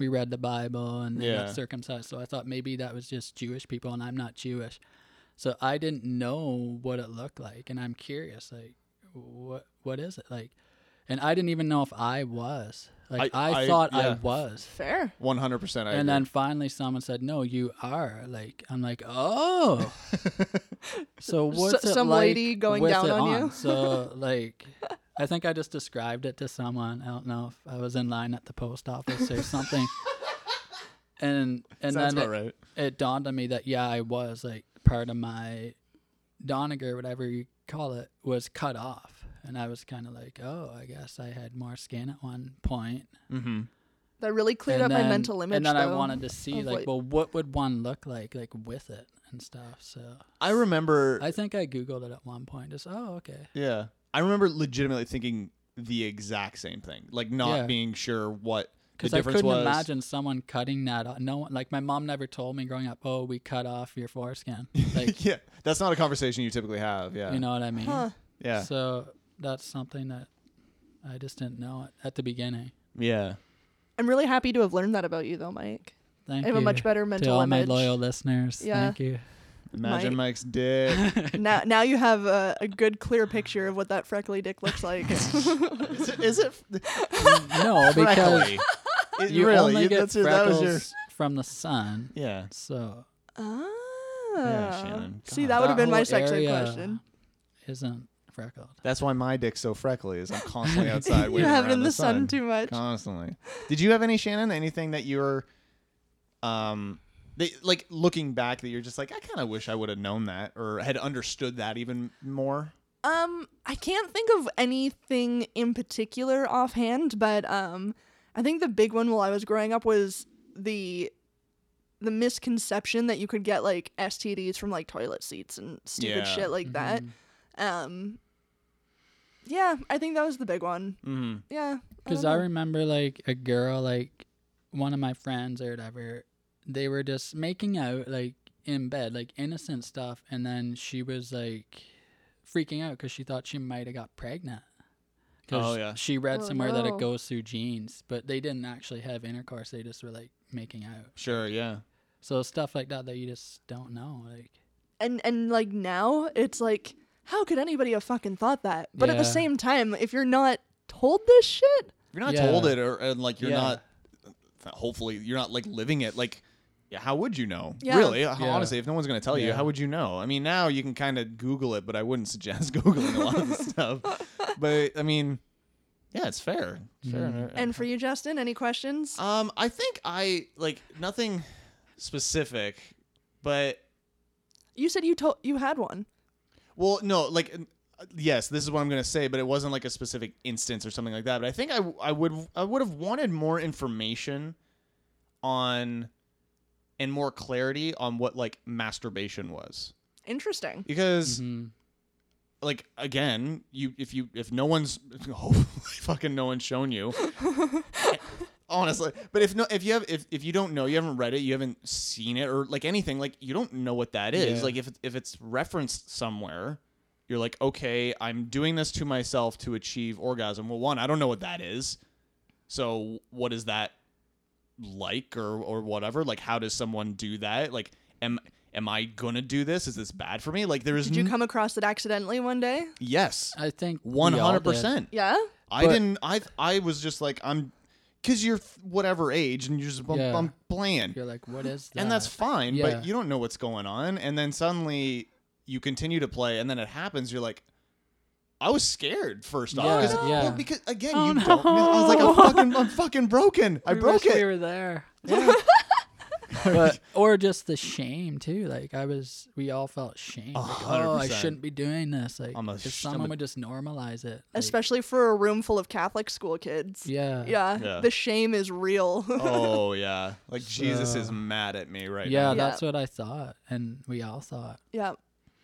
Speaker 7: we read the Bible and they
Speaker 1: Yeah.
Speaker 7: got circumcised. So I thought maybe that was just Jewish people and I'm not Jewish. So I didn't know what it looked like and I'm curious like what what is it like? And I didn't even know if I was. Like
Speaker 1: I-
Speaker 7: I,
Speaker 1: I-
Speaker 7: thought I
Speaker 1: yeah.
Speaker 7: was
Speaker 2: Fair.
Speaker 1: one hundred percent.
Speaker 7: and then finally someone said no you are like i'm like oh so what's it
Speaker 2: some
Speaker 7: like
Speaker 2: lady going
Speaker 7: with
Speaker 2: down
Speaker 7: it
Speaker 2: on you?
Speaker 7: so like i think i just described it to someone i don't know if i was in line at the post office or something and and
Speaker 1: Sounds
Speaker 7: then
Speaker 1: about
Speaker 7: it,
Speaker 1: right.
Speaker 7: it dawned on me that yeah, I was like part of my Doniger, whatever you call it, was cut off, and I was kind of like, oh, I guess I had more skin at one point.
Speaker 1: Mm-hmm.
Speaker 2: That really cleared
Speaker 7: and
Speaker 2: up my
Speaker 7: then-
Speaker 2: mental image.
Speaker 7: And then I
Speaker 2: though.
Speaker 7: wanted to see
Speaker 2: of what-
Speaker 7: like, well, what would one look like like with it and stuff. So
Speaker 1: I remember.
Speaker 7: I think I googled it at one point. Just oh, okay.
Speaker 1: yeah, I remember legitimately thinking the exact same thing, like not
Speaker 7: Yeah.
Speaker 1: being sure what the
Speaker 7: Because I
Speaker 1: difference
Speaker 7: couldn't
Speaker 1: was.
Speaker 7: imagine someone cutting that. Off. No one, like my mom never told me growing up. Oh, we cut off your foreskin. Like
Speaker 1: yeah, that's not a conversation you typically have. Yeah,
Speaker 7: you know what I mean.
Speaker 2: Huh.
Speaker 1: yeah,
Speaker 7: So that's something that I just didn't know at- at the beginning.
Speaker 1: yeah.
Speaker 2: I'm really happy to have learned that about you, though, Mike.
Speaker 7: Thank
Speaker 2: I have
Speaker 7: you
Speaker 2: a much better
Speaker 7: to
Speaker 2: mental
Speaker 7: all
Speaker 2: image.
Speaker 7: my loyal listeners.
Speaker 2: Yeah.
Speaker 7: Thank you.
Speaker 1: Imagine Mike's dick.
Speaker 2: now, now you have a, a good, clear picture of what that freckly dick looks like.
Speaker 1: is it? Is it
Speaker 7: no, because
Speaker 1: freckly? It-
Speaker 7: you
Speaker 1: really?
Speaker 7: only
Speaker 1: you-
Speaker 7: get
Speaker 1: that's your- that was
Speaker 7: freckles
Speaker 1: your.
Speaker 7: from the sun.
Speaker 1: Yeah.
Speaker 7: So
Speaker 2: ah.
Speaker 1: Shannon.
Speaker 2: Uh, See,
Speaker 1: God.
Speaker 2: that would have been my
Speaker 7: whole
Speaker 2: section
Speaker 7: area
Speaker 2: question.
Speaker 7: Isn't freckled.
Speaker 1: That's why my dick's so freckly. Is I'm constantly outside
Speaker 2: You
Speaker 1: waiting
Speaker 2: have
Speaker 1: around
Speaker 2: in the sun
Speaker 1: sun
Speaker 2: too much.
Speaker 1: constantly. Did you have any Shannon? Anything that you're, um, they, like looking back that you're just like I kind of wish I would have known that or had understood that even more.
Speaker 2: Um, I can't think of anything in particular offhand, but um, I think the big one while I was growing up was the the misconception that you could get like STDs from like toilet seats and stupid
Speaker 1: Yeah.
Speaker 2: shit like that.
Speaker 1: Mm-hmm.
Speaker 2: Um, yeah, I think that was the big one.
Speaker 1: Mm.
Speaker 2: Yeah, I
Speaker 7: Mm-hmm. Because
Speaker 2: don't
Speaker 7: I
Speaker 2: know.
Speaker 7: remember like a girl, like one of my friends or whatever, they were just making out like in bed, like innocent stuff, and then she was like freaking out because she thought she might have got pregnant. 'Cause
Speaker 1: Oh, yeah.
Speaker 7: she read
Speaker 2: Oh,
Speaker 7: somewhere that
Speaker 2: no.
Speaker 7: it goes through genes, but they didn't actually have intercourse. They just were like making out.
Speaker 1: Sure. Yeah.
Speaker 7: So stuff like that that you just don't know. Like
Speaker 2: and and like now it's like how could anybody have fucking thought that? But at the
Speaker 7: Yeah.
Speaker 2: same time, if you're not told this shit,
Speaker 1: If you're not
Speaker 7: Yeah.
Speaker 1: told it, or and like you're
Speaker 7: Yeah.
Speaker 1: not, hopefully you're not like living it. Like, yeah, how would you know?
Speaker 2: Yeah.
Speaker 1: Really, h-
Speaker 7: Yeah.
Speaker 1: honestly, if no one's gonna tell you,
Speaker 7: Yeah.
Speaker 1: how would you know? I mean, now you can kind of Google it, but I wouldn't suggest googling a lot of this stuff. But I mean, yeah, it's fair.
Speaker 7: Mm.
Speaker 1: Fair.
Speaker 2: and for you, Justin, any questions?
Speaker 1: Um, I think I like nothing specific, but
Speaker 2: You said you told you had one.
Speaker 1: well, no, like n- uh, yes, this is what I'm gonna say, but it wasn't like a specific instance or something like that. But I think I w- I would I would have wanted more information on and more clarity on what like masturbation was
Speaker 2: Interesting.
Speaker 1: because
Speaker 7: mhm.
Speaker 1: like again, you if you if no one's hopefully fucking no one's shown you. Honestly, but if no if you have if, if you don't know, you haven't read it, you haven't seen it or like anything, like you don't know what that is.
Speaker 7: Yeah.
Speaker 1: Like if it- if it's referenced somewhere, you're like, "Okay, I'm doing this to myself to achieve orgasm." Well, one, I don't know what that is. So, what is that like or or whatever? Like how does someone do that? Like am am I going to do this? Is this bad for me? Like there is
Speaker 2: Did you
Speaker 1: n-
Speaker 2: come across it accidentally one day?
Speaker 1: yes.
Speaker 7: I think we all
Speaker 1: One
Speaker 7: did.
Speaker 1: hundred percent.
Speaker 2: Yeah.
Speaker 1: I
Speaker 7: But-
Speaker 1: didn't. I I was just like I'm, because you're f- whatever age and you're just I'm,
Speaker 7: Yeah.
Speaker 1: I'm playing,
Speaker 7: You're like, what is that?
Speaker 1: and that's fine.
Speaker 7: Yeah.
Speaker 1: But you don't know what's going on, and then suddenly you continue to play, and then it happens. You're like, I was scared first off,
Speaker 7: Yeah,
Speaker 1: 'cause-
Speaker 7: yeah.
Speaker 1: well, because again,
Speaker 7: Oh,
Speaker 1: you don't. know. I was like, I'm
Speaker 7: no.
Speaker 1: fucking, I'm fucking broken. I
Speaker 7: We
Speaker 1: broke
Speaker 7: wish
Speaker 1: it.
Speaker 7: We were there. but or just the shame too. Like I was, we all felt shame.
Speaker 1: A
Speaker 7: Like,
Speaker 1: hundred
Speaker 7: oh, I
Speaker 1: percent.
Speaker 7: shouldn't be doing this. Like
Speaker 1: I'm a
Speaker 7: if
Speaker 1: sh- I'm
Speaker 7: someone
Speaker 1: a-
Speaker 7: would just normalize it. like,
Speaker 2: Especially for a room full of Catholic school kids.
Speaker 7: yeah,
Speaker 2: Yeah.
Speaker 1: Yeah.
Speaker 2: The shame is real.
Speaker 1: oh yeah, like Jesus
Speaker 7: So-
Speaker 1: is mad at me right
Speaker 7: yeah.
Speaker 1: now.
Speaker 7: That's what I thought, and we all thought.
Speaker 2: yeah.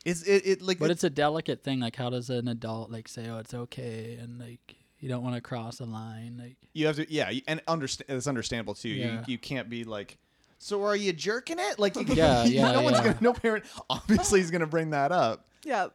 Speaker 1: It's it, it like
Speaker 7: But it's a delicate thing. Like how does an adult like say, oh, it's okay, and like you don't want to cross a line. Like
Speaker 1: You have to, yeah, you- and understand. It's understandable too.
Speaker 7: Yeah.
Speaker 1: You you can't be like, so are you jerking it? Like, you-
Speaker 7: Yeah, yeah,
Speaker 1: no one's
Speaker 7: yeah.
Speaker 1: gonna, no parent obviously is gonna bring that up.
Speaker 2: Yeah.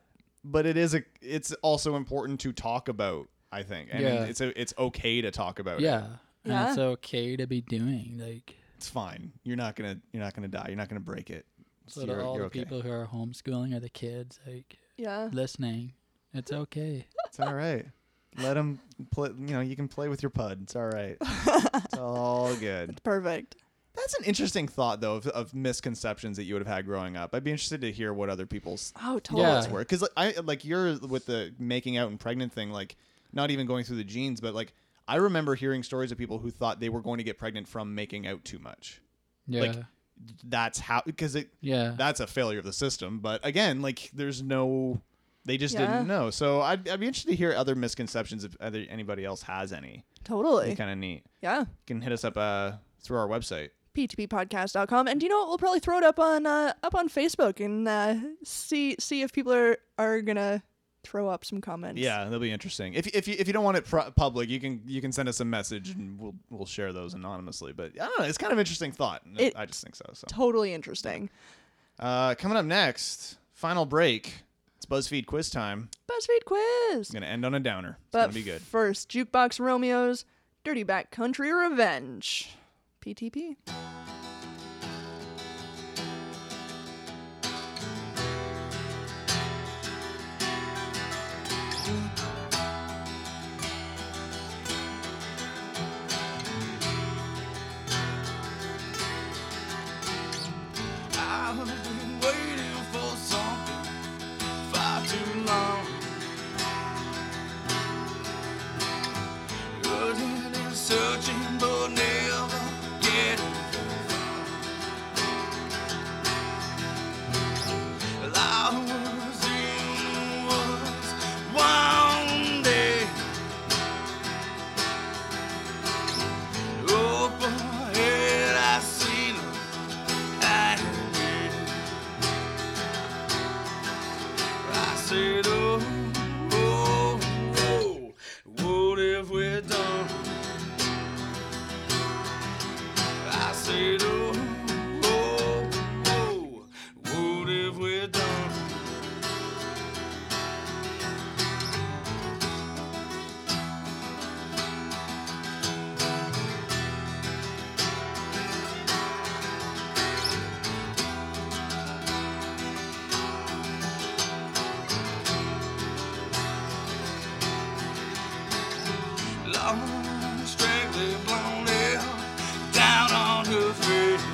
Speaker 1: But it is a, it's also important to talk about. I think, and
Speaker 7: Yeah.
Speaker 1: it's a, it's okay to talk about. it.
Speaker 7: yeah,
Speaker 2: Yeah.
Speaker 7: and it's okay to be doing. Like
Speaker 1: it's fine. You're not gonna, you're not gonna die. You're not gonna break it.
Speaker 7: so
Speaker 1: you're,
Speaker 7: to all
Speaker 1: you're
Speaker 7: the
Speaker 1: okay.
Speaker 7: people who are homeschooling or the kids, like
Speaker 2: Yeah.
Speaker 7: listening, it's okay.
Speaker 1: It's all right. Let them play. You know, you can play with your pud. It's all right. it's all good.
Speaker 2: Perfect.
Speaker 1: That's an interesting thought, though, of, of misconceptions that you would have had growing up. I'd be interested to hear what other people's
Speaker 2: Oh, totally.
Speaker 7: Yeah.
Speaker 1: thoughts were. Because like, I like you're with the making out and pregnant thing, like not even going through the genes, but like I remember hearing stories of people who thought they were going to get pregnant from making out too much.
Speaker 7: Yeah.
Speaker 1: Like that's how because it
Speaker 7: yeah.
Speaker 1: that's a failure of the system. But again, like there's no, they just
Speaker 2: Yeah.
Speaker 1: didn't know. So I'd, I'd be interested to hear other misconceptions if other, anybody else has any.
Speaker 2: Totally.
Speaker 1: It's kind of neat.
Speaker 2: Yeah.
Speaker 1: You can hit us up uh, through our website.
Speaker 2: p2ppodcast.com and do you know what we'll probably throw it up on uh, up on facebook and uh, see see if people are are gonna throw up some comments
Speaker 1: Yeah, that'll be interesting. If if you, if you don't want it pro- public, you can you can send us a message and we'll we'll share those anonymously. But I don't know, it's kind of interesting thought. and
Speaker 2: It-
Speaker 1: I just think so. so.
Speaker 2: totally interesting
Speaker 1: Uh, coming up next, final break. It's BuzzFeed quiz time.
Speaker 2: buzzfeed quiz
Speaker 1: It's gonna end on a downer. It's
Speaker 2: but
Speaker 1: gonna be good.
Speaker 2: first jukebox romeo's dirty backcountry revenge ptp
Speaker 12: I've been waiting for something far too long. Looking and searching, but never getting far. I was in was one day. Open head, I seen her. I said, oh, oh, oh, what have we done? I said, oh, oh, oh, what have we done? long, strangely blown hair down on her face.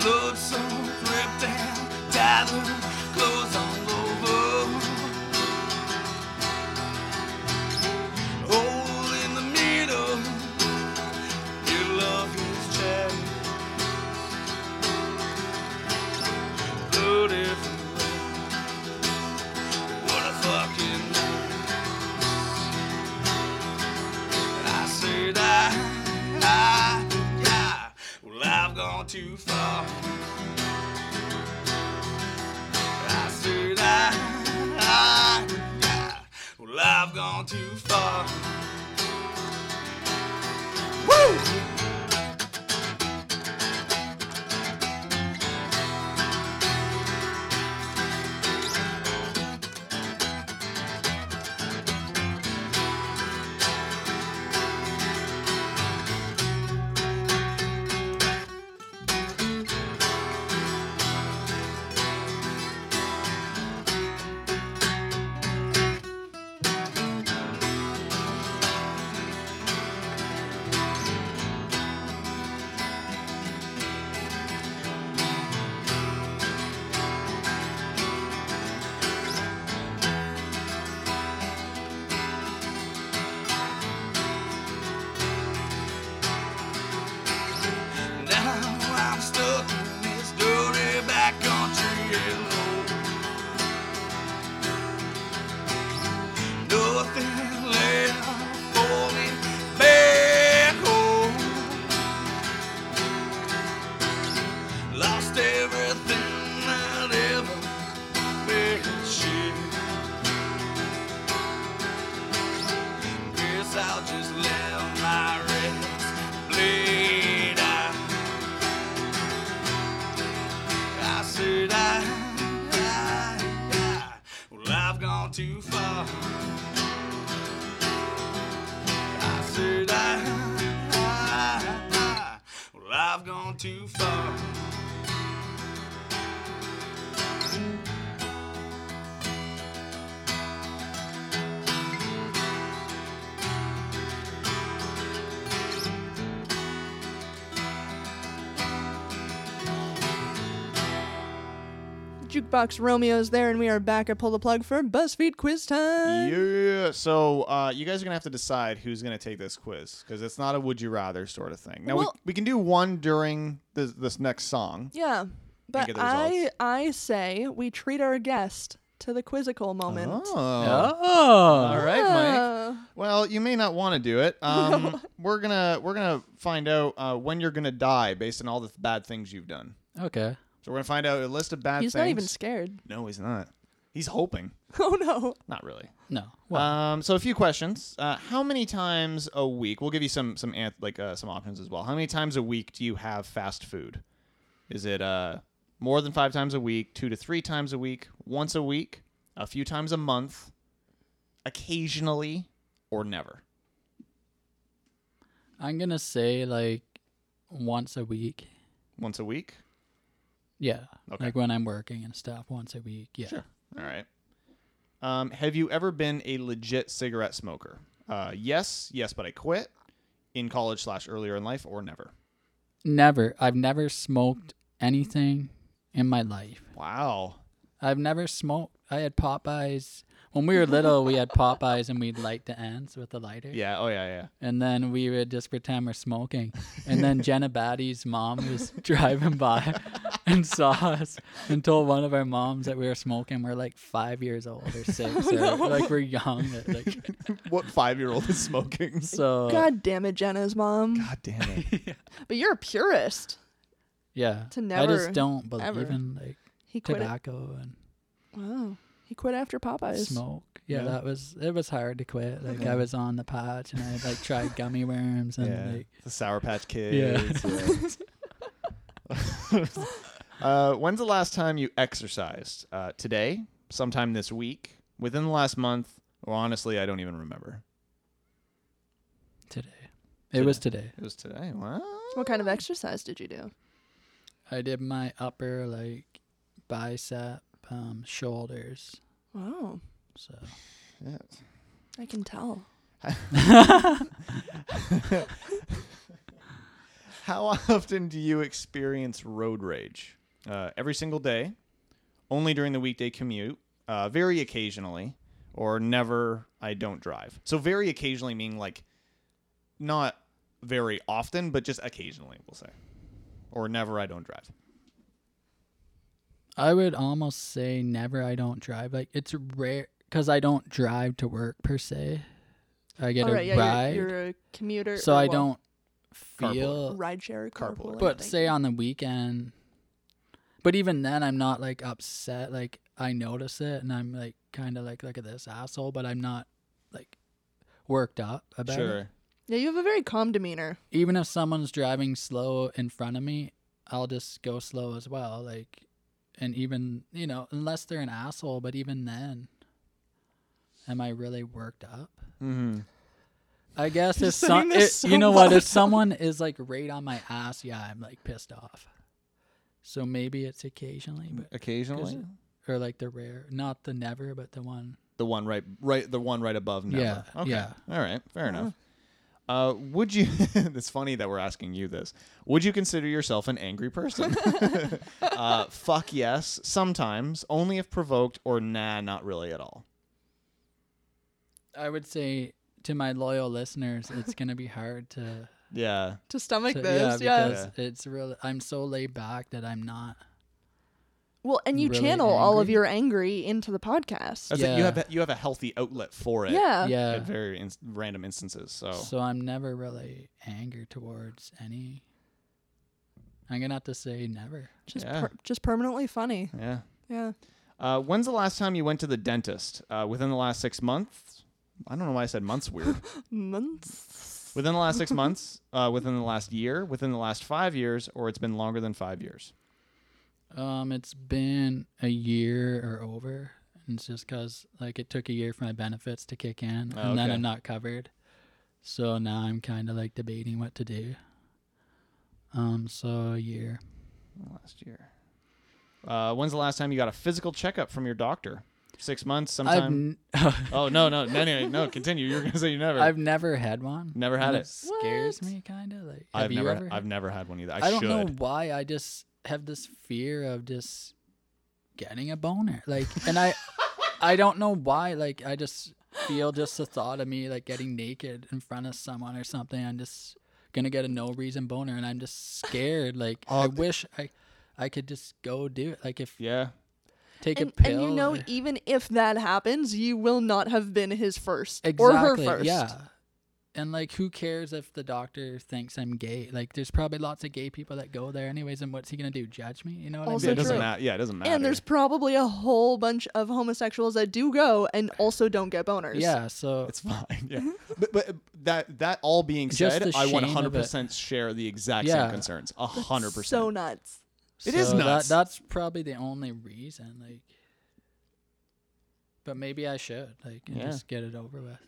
Speaker 12: Blood so dripped down, tattered clothes all over. Hole in the middle, you love his chest. Blood everywhere. What a fucking I said I, I, I, well I've gone too far. I said I, I, I, well I've gone too far. Woo! Now I'm stuck in this dirty backcountry alone. Nothing left for me back home. Lost everything I'd ever been. Shit. Guess I'll just let my rest bleed out. I said I, I, I, well I've gone too far. I said I, I, I, well I've gone too far.
Speaker 2: Jukebox Romeo's there, and we are back at Pull the Plug for BuzzFeed Quiz Time.
Speaker 1: Yeah. So uh, you guys are gonna have to decide who's gonna take this quiz because it's not a would you rather sort of thing. Now
Speaker 2: Well-
Speaker 1: we, we can do one during this, this next song.
Speaker 2: Yeah, but
Speaker 1: get the
Speaker 2: I
Speaker 1: results.
Speaker 2: I say we treat our guest to the quizzical moment.
Speaker 1: Oh.
Speaker 7: Oh.
Speaker 1: All right, Mike.
Speaker 2: Uh,
Speaker 1: Well, you may not want to do it. Um, we're gonna we're gonna find out uh, when you're gonna die based on all the bad things you've done.
Speaker 7: Okay.
Speaker 1: So we're gonna find out a list of bad
Speaker 2: he's
Speaker 1: things.
Speaker 2: not even scared.
Speaker 1: no, he's not. He's hoping.
Speaker 2: Oh no.
Speaker 1: Not really.
Speaker 7: No. Well,
Speaker 1: Um, so a few questions. Uh, how many times a week? We'll give you some some anth- like uh, some options as well. How many times a week do you have fast food? Is it uh, more than five times a week? Two to three times a week? Once a week? A few times a month? Occasionally, or never?
Speaker 7: I'm gonna say like once a week.
Speaker 1: Once a week.
Speaker 7: Yeah.
Speaker 1: Okay.
Speaker 7: Like when I'm working and stuff, once a week. Yeah.
Speaker 1: Sure. All right. Um, have you ever been a legit cigarette smoker? Uh, yes, yes, but I quit in college slash earlier in life, or never.
Speaker 7: Never. I've never smoked anything in my life.
Speaker 1: Wow.
Speaker 7: I've never smoked. I had Popeyes. When we were little, we had Popeyes and we'd light the ends with a lighter.
Speaker 1: Yeah. Oh yeah. Yeah.
Speaker 7: And then we would just pretend we're smoking. And then Jenna Batty's mom was driving by and saw us and told one of our moms that we were smoking. We're like five years old or six. Or, Like we're young. Like,
Speaker 1: what five year old is smoking?
Speaker 7: so,
Speaker 2: God damn it, Jenna's mom.
Speaker 1: God damn it.
Speaker 2: But you're a purist.
Speaker 7: yeah.
Speaker 2: to
Speaker 7: I
Speaker 2: never,
Speaker 7: just don't believe
Speaker 2: ever.
Speaker 7: in like
Speaker 2: He quit. it-
Speaker 7: tobacco and
Speaker 2: Wow. He quit after Popeyes.
Speaker 7: smoke. Yeah,
Speaker 1: Yeah.
Speaker 7: that was it was hard to quit. Like I was on the patch and I like tried gummy worms and
Speaker 1: Yeah.
Speaker 7: like
Speaker 1: The Sour Patch
Speaker 7: Yeah.
Speaker 1: Kids. yeah. uh, when's the last time you exercised? Uh, today? Sometime this week? Within the last month? Or honestly, I don't even remember.
Speaker 7: today. It was today.
Speaker 1: It was today. Wow.
Speaker 2: What kind of exercise did you do?
Speaker 7: I did my upper like bicep, um, shoulders.
Speaker 2: Wow.
Speaker 7: So
Speaker 2: I can tell.
Speaker 1: How often do you experience road rage? Uh, every single day, only during the weekday commute, uh, very occasionally, or never. I don't drive. So very occasionally meaning like not very often, but just occasionally, we'll say, or never. I don't drive.
Speaker 7: I would almost say never. I don't drive. Like it's rare because I don't drive to work per se. I get
Speaker 2: All
Speaker 7: a
Speaker 2: Oh, right, yeah,
Speaker 7: ride,
Speaker 2: You're, you're a commuter.
Speaker 7: so
Speaker 2: or,
Speaker 7: I
Speaker 2: well,
Speaker 7: don't
Speaker 1: Carpool.
Speaker 7: feel
Speaker 2: rideshare
Speaker 1: Carpool.
Speaker 2: carpool.
Speaker 7: But say on the weekend, but even then, I'm not like upset. Like I notice it, and I'm like kind of like look at this asshole, but I'm not like worked up about it.
Speaker 2: yeah, you have a very calm demeanor.
Speaker 7: Even if someone's driving slow in front of me, I'll just go slow as well. Like, and even you know, unless they're an asshole, but even then, am I really worked up?
Speaker 1: Mm-hmm.
Speaker 7: I guess
Speaker 2: You're
Speaker 7: if some,
Speaker 2: saying this
Speaker 7: it-
Speaker 2: so
Speaker 7: you know what,
Speaker 2: monotone.
Speaker 7: if someone is like right on my ass, yeah, I'm like pissed off. So maybe it's occasionally, but
Speaker 1: Occasionally,
Speaker 7: Is or like the rare, not the never, but the one.
Speaker 1: the one right, right, the one right above. Never.
Speaker 7: Yeah,
Speaker 1: Okay.
Speaker 7: yeah. Uh-huh.
Speaker 1: All right. Fair enough. Uh, would you? it's funny that we're asking you this. Would you consider yourself an angry person? uh, fuck yes, sometimes, only if provoked, or nah, not really at all.
Speaker 7: I would say to my loyal listeners, it's gonna be hard to,
Speaker 1: Yeah.
Speaker 2: To stomach
Speaker 7: to-
Speaker 2: this, yeah.
Speaker 7: yeah, because it's really. I'm so laid back that I'm not.
Speaker 2: Well, and you
Speaker 7: really
Speaker 2: channel all of
Speaker 7: angry.
Speaker 2: your angry into the podcast.
Speaker 1: That's it. You
Speaker 7: Yeah.
Speaker 1: have you have a healthy outlet for it.
Speaker 2: Yeah.
Speaker 7: yeah,
Speaker 1: At very in- random instances. So.
Speaker 7: so I'm never really angry towards any. I'm gonna have to say never.
Speaker 2: Just
Speaker 1: Yeah.
Speaker 2: Per- just permanently funny.
Speaker 1: yeah.
Speaker 2: Yeah.
Speaker 1: Uh, when's the last time you went to the dentist? Uh, within the last six months. I don't know why I said months. Weird.
Speaker 2: Months.
Speaker 1: Within the last six months, uh, within the last year, within the last five years, or it's been longer than five years.
Speaker 7: Um, it's been a year or over. And it's just because like it took a year for my benefits to kick in, and
Speaker 1: Oh,
Speaker 7: then
Speaker 1: okay.
Speaker 7: I'm not covered. So now I'm kind of like debating what to do. Um, so a year.
Speaker 1: Last year. Uh, when's the last time you got a physical checkup from your doctor? Six months, sometime.
Speaker 7: I've n-
Speaker 1: Oh no, no, no, no, no. Continue. You're gonna say you never.
Speaker 7: I've never had one.
Speaker 1: Never had
Speaker 7: and
Speaker 1: it.
Speaker 7: Scares
Speaker 2: What?
Speaker 7: me kind of like.
Speaker 1: I've
Speaker 7: have you
Speaker 1: never,
Speaker 7: ever
Speaker 1: I've
Speaker 7: had-
Speaker 1: never had one either. I,
Speaker 7: I, don't
Speaker 1: should.
Speaker 7: know why. I just have this fear of just getting a boner. Like, and I, I don't know why. Like, I just feel just the thought of me like getting naked in front of someone or something. I'm just gonna get a no reason boner, and I'm just scared. Like, I wish I, I could just go do it. Like, if
Speaker 1: Yeah.
Speaker 7: take
Speaker 2: And,
Speaker 7: a
Speaker 2: and
Speaker 7: pill.
Speaker 2: you know,
Speaker 7: or-
Speaker 2: even if that happens, you will not have been his first
Speaker 7: exactly,
Speaker 2: or her first.
Speaker 7: yeah. And like, who cares if the doctor thinks I'm gay? Like, there's probably lots of gay people that go there anyways. And what's he gonna do? Judge me? You know what
Speaker 2: Also
Speaker 7: I
Speaker 1: yeah,
Speaker 7: mean?
Speaker 1: it doesn't
Speaker 2: true.
Speaker 1: matter. Yeah, it doesn't matter.
Speaker 2: And there's probably a whole bunch of homosexuals that do go and also don't get boners.
Speaker 7: Yeah. So
Speaker 1: It's fine.
Speaker 2: Mm-hmm.
Speaker 1: Yeah. but, but that that all being
Speaker 7: Just
Speaker 1: said,
Speaker 7: the
Speaker 1: I
Speaker 7: shame of it.
Speaker 1: 100% share the exact
Speaker 7: Yeah.
Speaker 1: same concerns. 100%.
Speaker 2: So nuts.
Speaker 1: It is
Speaker 7: So
Speaker 1: nuts.
Speaker 7: That, that's probably the only reason. Like, but maybe I should like and
Speaker 1: Yeah.
Speaker 7: just get it over with.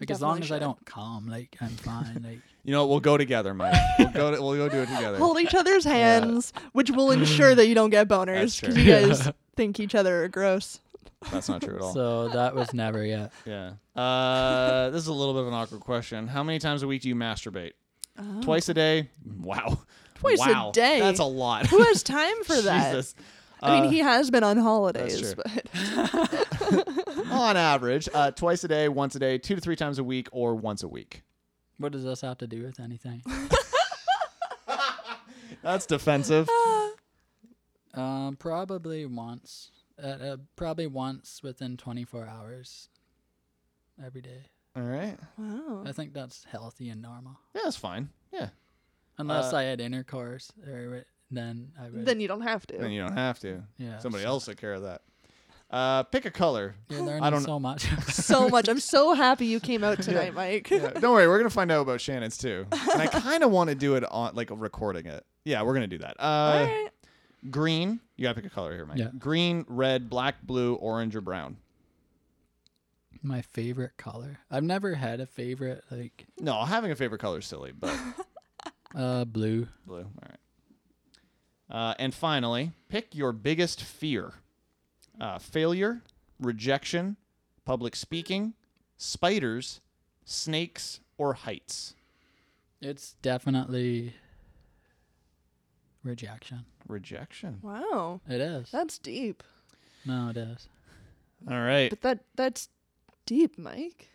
Speaker 7: Like as
Speaker 2: Definitely
Speaker 7: long as I
Speaker 2: should.
Speaker 7: don't come, like I'm fine. Like
Speaker 1: you know, what? we'll go together, Mike. we'll go to, we'll go do it together.
Speaker 2: Hold each other's hands, which will ensure that you don't get
Speaker 1: That's
Speaker 2: boners
Speaker 1: true.
Speaker 2: because you guys think each other are gross.
Speaker 1: That's not true at all.
Speaker 7: so that was never yet.
Speaker 1: Yeah. Uh, this is a little bit of an awkward question. How many times a week do you masturbate? Twice a day? Wow.
Speaker 2: Oh. Twice a
Speaker 1: Wow.
Speaker 2: day?
Speaker 1: That's a lot.
Speaker 2: Who has time for that?
Speaker 1: Jesus.
Speaker 2: I
Speaker 1: Uh,
Speaker 2: mean, he has been on holidays,
Speaker 1: true.
Speaker 2: but
Speaker 1: on average, uh, twice a day, once a day, two to three times a week, or once a week.
Speaker 7: What does this have to do with anything?
Speaker 1: That's defensive.
Speaker 2: Ah.
Speaker 7: um, probably once. Uh, uh, probably once within 24 hours. Every day.
Speaker 1: All right.
Speaker 2: wow.
Speaker 7: I think that's healthy and normal.
Speaker 1: Yeah, that's fine. Yeah.
Speaker 7: Unless
Speaker 1: Uh,
Speaker 7: I had intercourse, or then I would.
Speaker 2: Then you don't have
Speaker 1: Then
Speaker 2: to.
Speaker 1: you don't have to.
Speaker 7: Yeah,
Speaker 1: Somebody else take care of that. Uh, pick a color.
Speaker 7: you're learning
Speaker 1: don't-
Speaker 7: so much.
Speaker 2: so much. I'm so happy you came out tonight, Mike.
Speaker 1: Yeah, don't worry, we're gonna find out about Shannon's too. And I kind of want to do it on like recording it. Yeah, we're gonna do that. Uh,
Speaker 2: All right.
Speaker 1: Green. You gotta pick a color here, Mike.
Speaker 7: Yeah.
Speaker 1: Green, red, black, blue, orange, or brown.
Speaker 7: My favorite color. I've never had a favorite like
Speaker 1: No, having a favorite color is silly, but
Speaker 7: uh blue.
Speaker 1: blue. All right. Uh, and finally, pick your biggest fear: uh, failure, rejection, public speaking, spiders, snakes, or heights.
Speaker 7: It's definitely rejection.
Speaker 1: Rejection.
Speaker 2: Wow.
Speaker 7: It is.
Speaker 2: That's deep.
Speaker 7: No, it is.
Speaker 1: All right.
Speaker 2: But that that's deep, Mike.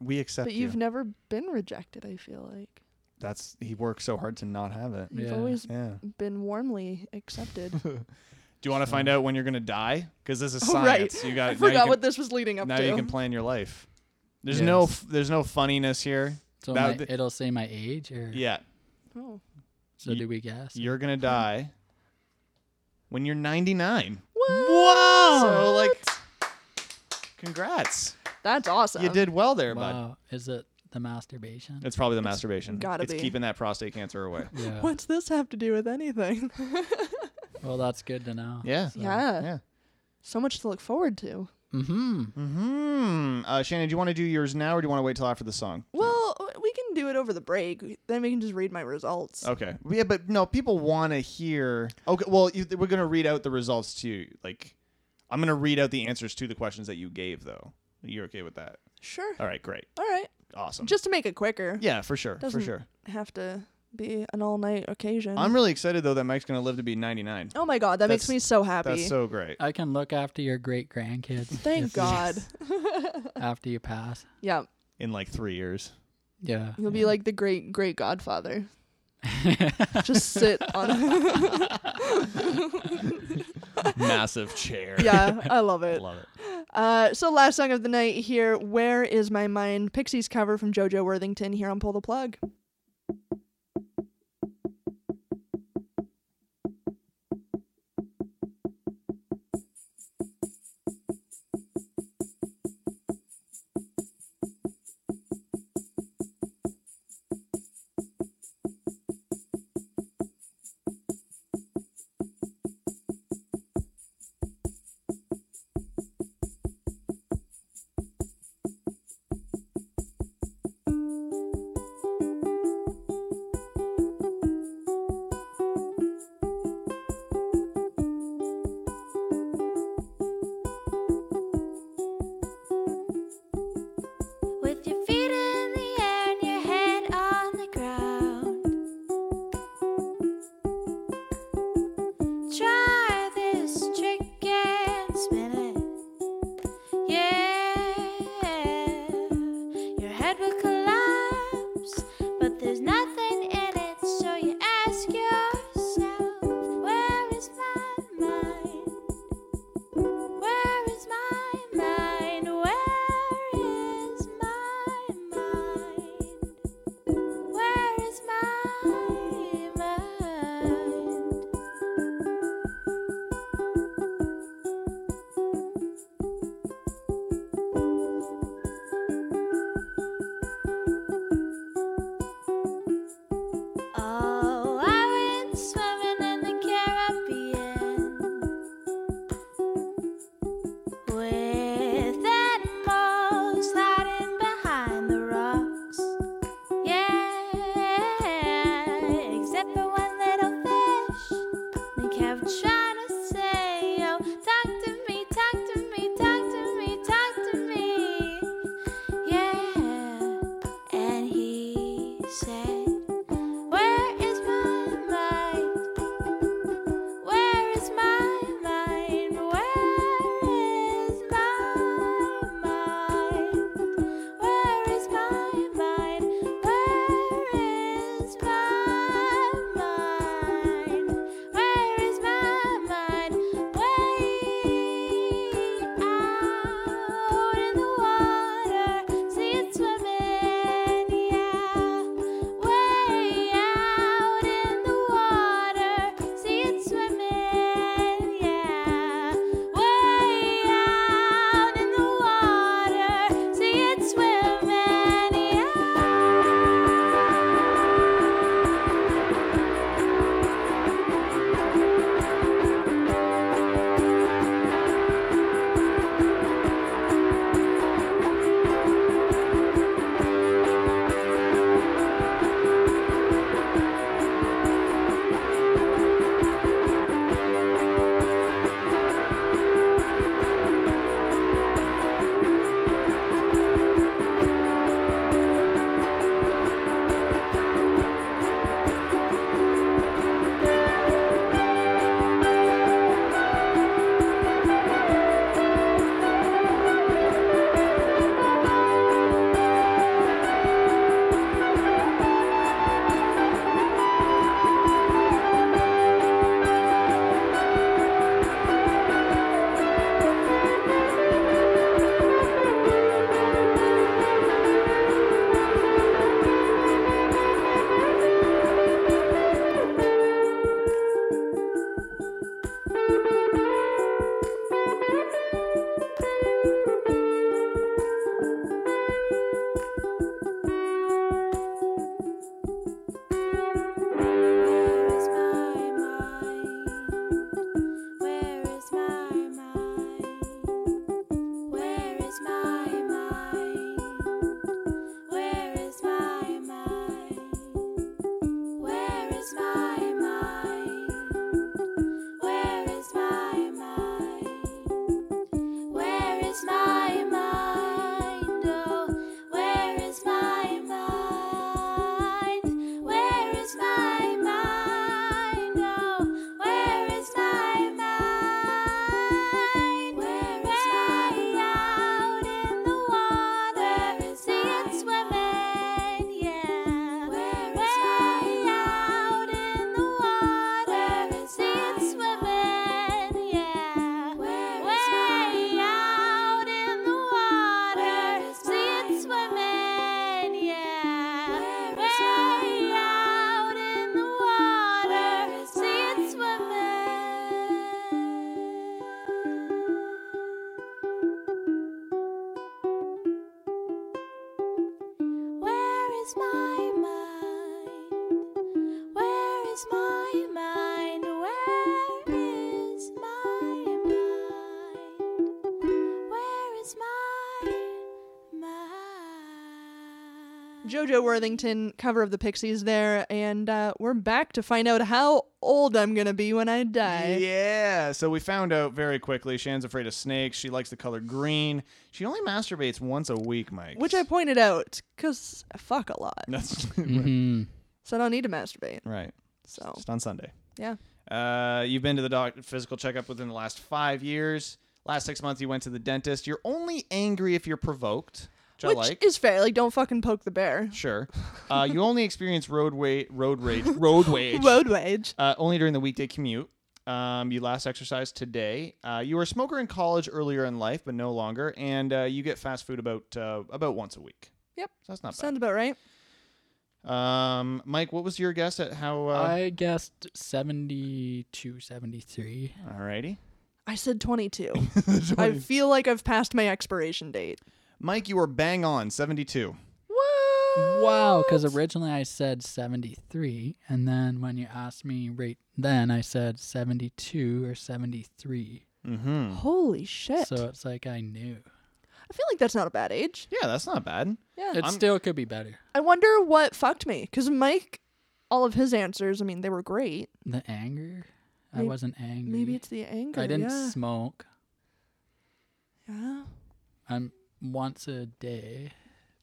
Speaker 1: We accept
Speaker 2: But you've
Speaker 1: you.
Speaker 2: never been rejected, I feel like.
Speaker 1: That's he worked so hard to not have it.
Speaker 2: You've
Speaker 7: Yeah.
Speaker 2: always
Speaker 1: Yeah.
Speaker 2: been warmly accepted.
Speaker 1: Do you want to find out when you're gonna die? Because this is
Speaker 2: Oh, right.
Speaker 1: science. You got.
Speaker 2: I
Speaker 1: now you
Speaker 2: forgot
Speaker 1: can,
Speaker 2: what this was leading up
Speaker 1: Now
Speaker 2: to.
Speaker 1: you can plan your life. There's no.
Speaker 7: Yes.
Speaker 1: F- there's no funniness here.
Speaker 7: So
Speaker 1: That
Speaker 7: my,
Speaker 1: would be-
Speaker 7: it'll say my age or
Speaker 1: Yeah,
Speaker 2: oh.
Speaker 7: so do we guess?
Speaker 1: you're gonna die when you're 99.
Speaker 2: What?
Speaker 1: So like, congrats.
Speaker 2: That's awesome.
Speaker 1: You did well there, bud.
Speaker 7: wow. Is it the masturbation?
Speaker 1: It's probably the masturbation.
Speaker 2: gotta
Speaker 1: it's
Speaker 2: be.
Speaker 1: keeping that prostate cancer away.
Speaker 7: Yeah.
Speaker 2: What's this have to do with anything?
Speaker 7: Well that's good to know.
Speaker 1: Yeah.
Speaker 2: yeah.
Speaker 1: Yeah.
Speaker 2: So much to look forward to.
Speaker 7: Mm-hmm.
Speaker 1: Hmm. Uh, Shannon, do you want to do yours now, or do you want to wait till after the song?
Speaker 2: Well, we can do it over the break. Then we can just read my results.
Speaker 1: Okay. Yeah, but no, people want to hear. Okay. Well, you, we're gonna read out the results to you. Like, I'm gonna read out the answers to the questions that you gave, though. You're okay with that?
Speaker 2: Sure.
Speaker 1: All right. Great.
Speaker 2: All right.
Speaker 1: Awesome.
Speaker 2: Just to make it quicker.
Speaker 1: yeah, for sure. For
Speaker 2: Doesn't-
Speaker 1: sure.
Speaker 2: Have to be an all night occasion.
Speaker 1: I'm really excited though that Mike's gonna live to be 99.
Speaker 2: oh my god, that makes
Speaker 1: That's-
Speaker 2: me so happy.
Speaker 1: That's so great.
Speaker 7: I can look after your great grandkids.
Speaker 2: Thank God.
Speaker 1: Uh,
Speaker 7: After you pass.
Speaker 2: yeah.
Speaker 1: In like three years.
Speaker 7: Yeah.
Speaker 2: You'll be like the great great godfather. Just sit on
Speaker 1: Massive chair.
Speaker 2: Yeah, I love it.
Speaker 1: Love it.
Speaker 2: Uh, so last song of the night here, Where Is My Mind? Pixies cover from JoJo Worthington here on Pull the Plug.
Speaker 6: Oh, trying to say, yo, talk to me, talk to me, talk to me, talk to me. Yeah. And he said, Where is my mind? Where is my mind? Where is my mind? Where is my mind? Where is my mind? Where is my mind? Way out in the water, see it swimming, yeah. Way out in the water, see it swimming, yeah. Way out in the water, see it swimming, yeah. Where is my mind? Where is my mind? Where is my mind? Where is my mind? Where is my mind? Where is my mind? Where is my mind? Oh, where is my mind? Where is my mind? Oh, where is my mind? Where is my out in the water? See it swimming, yeah. Where is my out in the water? See it swimming, yeah. Way out in the water, see it swimming, yeah. Way out in the water, see it swimming. Where is my mind? Where is my mind? Where is my mind? Where is my mind?
Speaker 2: JoJo Worthington, cover of the Pixies there, and uh, we're back to find out how old I'm gonna be when I die.
Speaker 1: Yeah. So we found out very quickly Shan's afraid of snakes. She likes the color green. She only masturbates once a week, Mike.
Speaker 2: Which I pointed out, because I fuck a lot,
Speaker 1: That's
Speaker 7: Mm-hmm.
Speaker 2: so I don't need to masturbate.
Speaker 1: right.
Speaker 2: So,
Speaker 1: Just on Sunday.
Speaker 2: yeah.
Speaker 1: Uh, you've been to the doc- physical checkup within the last five years. Last six months, you went to the dentist. You're only angry if you're provoked, which, I
Speaker 2: Which
Speaker 1: like.
Speaker 2: is fair. Like, don't fucking poke the bear.
Speaker 1: sure. Uh, you only experience road wa- road rage, road rage,
Speaker 2: Road rage.
Speaker 1: uh, only during the weekday commute. Um, you last exercised today. Uh, you were a smoker in college earlier in life, but no longer. And uh, you get fast food about uh, about once a week.
Speaker 2: Yep.
Speaker 1: So that's not
Speaker 2: Sounds about right.
Speaker 1: bad. Um, Mike, what was your guess at how? Uh,
Speaker 7: I guessed 72, 73.
Speaker 1: Alrighty,
Speaker 2: I said 22. I feel like I've passed my expiration date.
Speaker 1: Mike, you were bang on seventy two.
Speaker 7: Wow, because originally I said 73, and then when you asked me right then, I said 72 or 73.
Speaker 1: Mm-hmm.
Speaker 2: Holy shit.
Speaker 7: So it's like I knew.
Speaker 2: I feel like that's not a bad age.
Speaker 1: Yeah, that's not bad.
Speaker 2: Yeah.
Speaker 7: It still could be better.
Speaker 2: I wonder what fucked me. Because Mike, all of his answers, I mean, they were great.
Speaker 7: The anger I
Speaker 2: Maybe-
Speaker 7: wasn't angry.
Speaker 2: Maybe it's the anger.
Speaker 7: I didn't
Speaker 2: Yeah.
Speaker 7: smoke.
Speaker 2: yeah.
Speaker 7: I'm once a day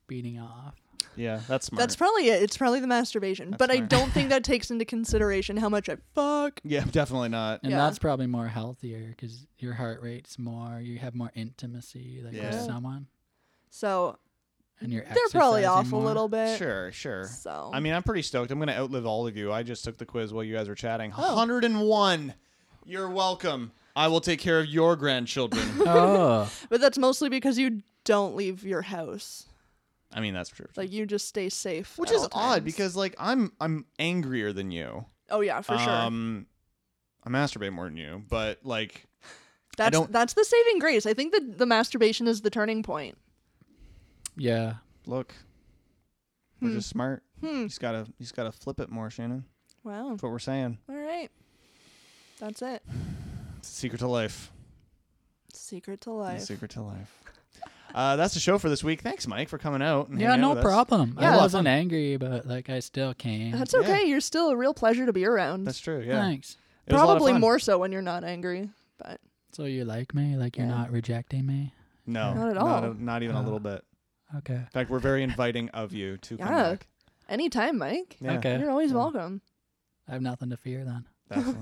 Speaker 7: beating off.
Speaker 1: Yeah, that's smart.
Speaker 2: That's probably it. It's probably the masturbation. but I
Speaker 1: smart.
Speaker 2: don't think that takes into consideration how much I fuck.
Speaker 1: yeah, definitely not.
Speaker 7: And
Speaker 2: Yeah.
Speaker 7: that's probably more healthier because your heart rate's more, you have more intimacy like
Speaker 1: Yeah.
Speaker 7: with someone.
Speaker 2: So
Speaker 7: And you're
Speaker 2: they're probably
Speaker 7: exercising
Speaker 2: off
Speaker 7: more.
Speaker 2: a little bit.
Speaker 1: Sure, sure.
Speaker 2: So
Speaker 1: I mean, I'm pretty stoked. I'm going to outlive all of you. I just took the quiz while you guys were chatting.
Speaker 2: Oh.
Speaker 1: 101. You're welcome. I will take care of your grandchildren.
Speaker 7: Oh,
Speaker 2: but that's mostly because you don't leave your house.
Speaker 1: I mean, that's true.
Speaker 2: Like you just stay safe.
Speaker 1: Which
Speaker 2: at
Speaker 1: is
Speaker 2: all
Speaker 1: odd
Speaker 2: times.
Speaker 1: because like I'm I'm angrier than you.
Speaker 2: Oh yeah, for sure.
Speaker 1: Um I masturbate more than you, but like
Speaker 2: That's
Speaker 1: don't-
Speaker 2: that's the saving grace. I think that the masturbation is the turning point.
Speaker 7: yeah.
Speaker 1: look, we're just smart.
Speaker 2: Hmm.
Speaker 1: You just gotta you just gotta flip it more, Shannon.
Speaker 2: Wow.
Speaker 1: That's what we're saying.
Speaker 2: All right. That's it.
Speaker 1: It's the secret to life.
Speaker 2: Secret to
Speaker 1: The
Speaker 2: life.
Speaker 1: secret to life. Uh, that's the show for this week. Thanks, Mike, for coming out. And
Speaker 7: Yeah,
Speaker 1: hanging out
Speaker 7: no
Speaker 1: with us.
Speaker 7: problem.
Speaker 1: Yeah.
Speaker 7: I wasn't angry, but like I still came.
Speaker 2: That's
Speaker 1: Yeah.
Speaker 2: okay. You're still a real pleasure to be around.
Speaker 1: That's true. Yeah,
Speaker 7: Thanks.
Speaker 1: It was a lot of
Speaker 2: Probably
Speaker 1: fun.
Speaker 2: more so when you're not angry, but
Speaker 7: So you like me? Like you're
Speaker 2: Yeah.
Speaker 7: not rejecting me?
Speaker 1: No,
Speaker 2: Not at
Speaker 1: Not,
Speaker 2: all.
Speaker 1: a- not even a
Speaker 7: Uh,
Speaker 1: little bit.
Speaker 7: Okay.
Speaker 1: In fact, we're very inviting of you to come
Speaker 2: Yeah.
Speaker 1: back.
Speaker 2: anytime, Mike,
Speaker 1: Yeah,
Speaker 7: Okay.
Speaker 2: you're always
Speaker 1: Yeah.
Speaker 2: welcome.
Speaker 7: I have nothing to fear then.
Speaker 1: Definitely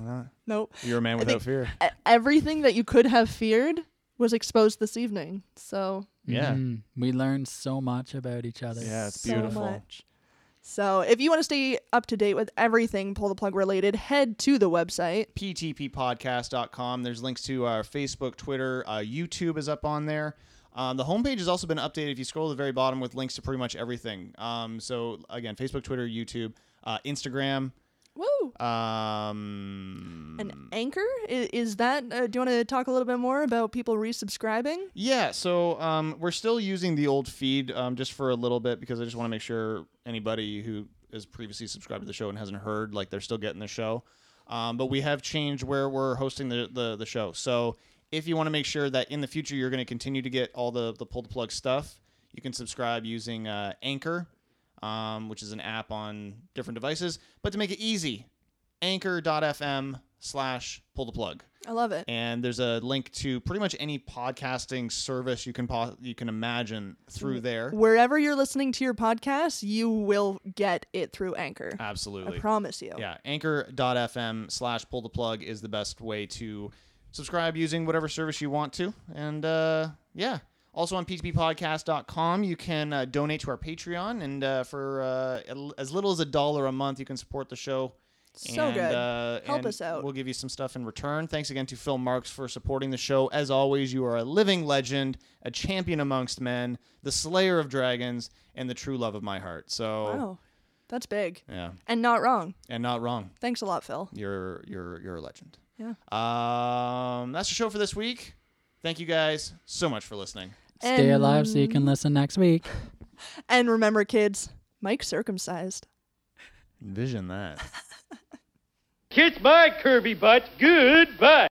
Speaker 1: not.
Speaker 2: Nope.
Speaker 1: You're a man
Speaker 2: I
Speaker 1: without
Speaker 2: think-
Speaker 1: fear.
Speaker 2: E- Everything that you could have feared was exposed this evening. So,
Speaker 1: Yeah.
Speaker 7: Mhm. We learned so much about each other.
Speaker 1: Yeah, it's
Speaker 2: so
Speaker 1: beautiful.
Speaker 2: much. So, if you want to stay up to date with everything pull the plug related, head to the website.
Speaker 1: ptppodcast.com. There's links to our Facebook, Twitter, uh, YouTube is up on there. Um, the homepage has also been updated. If you scroll to the very bottom with links to pretty much everything. Um, so again, Facebook, Twitter, YouTube, uh, Instagram.
Speaker 2: Woo!
Speaker 1: Um,
Speaker 2: An anchor is, is that? Uh, do you want to talk a little bit more about people resubscribing?
Speaker 1: yeah, so um, we're still using the old feed um, just for a little bit because I just want to make sure anybody who is previously subscribed to the show and hasn't heard, like they're still getting the show. Um, but we have changed where we're hosting the, the, the show. So if you want to make sure that in the future you're going to continue to get all the, the pull the plug stuff, you can subscribe using uh, Anchor, um, which is an app on different devices. But to make it easy, anchor.fm slash pull the plug
Speaker 2: I love it.
Speaker 1: and there's a link to pretty much any podcasting service you can po- you can imagine through there.
Speaker 2: Wherever you're listening to your podcast, you will get it through Anchor. I
Speaker 1: Absolutely.
Speaker 2: promise you.
Speaker 1: Yeah, anchor.fm slash pull the plug is the best way to subscribe using whatever service you want to. And uh, yeah, also on ptppodcast.com, you can uh, donate to our Patreon. And uh, for uh, as little as a dollar a month, you can support the show.
Speaker 2: So
Speaker 1: and,
Speaker 2: good.
Speaker 1: Uh,
Speaker 2: Help
Speaker 1: and
Speaker 2: us out.
Speaker 1: We'll give you some stuff in return. Thanks again to Phil Marks for supporting the show. As always, you are a living legend, a champion amongst men, the slayer of dragons, and the true love of my heart. So,
Speaker 2: Wow. That's big.
Speaker 1: yeah,
Speaker 2: And not wrong.
Speaker 1: and not wrong.
Speaker 2: Thanks a lot, Phil.
Speaker 1: You're you're you're a legend.
Speaker 2: Yeah.
Speaker 1: Um, that's the show for this week. Thank you guys so much for listening.
Speaker 7: Stay alive so you can listen next week.
Speaker 2: And remember, kids, Mike's circumcised.
Speaker 1: Envision that.
Speaker 15: Kiss my Kirby butt. Goodbye.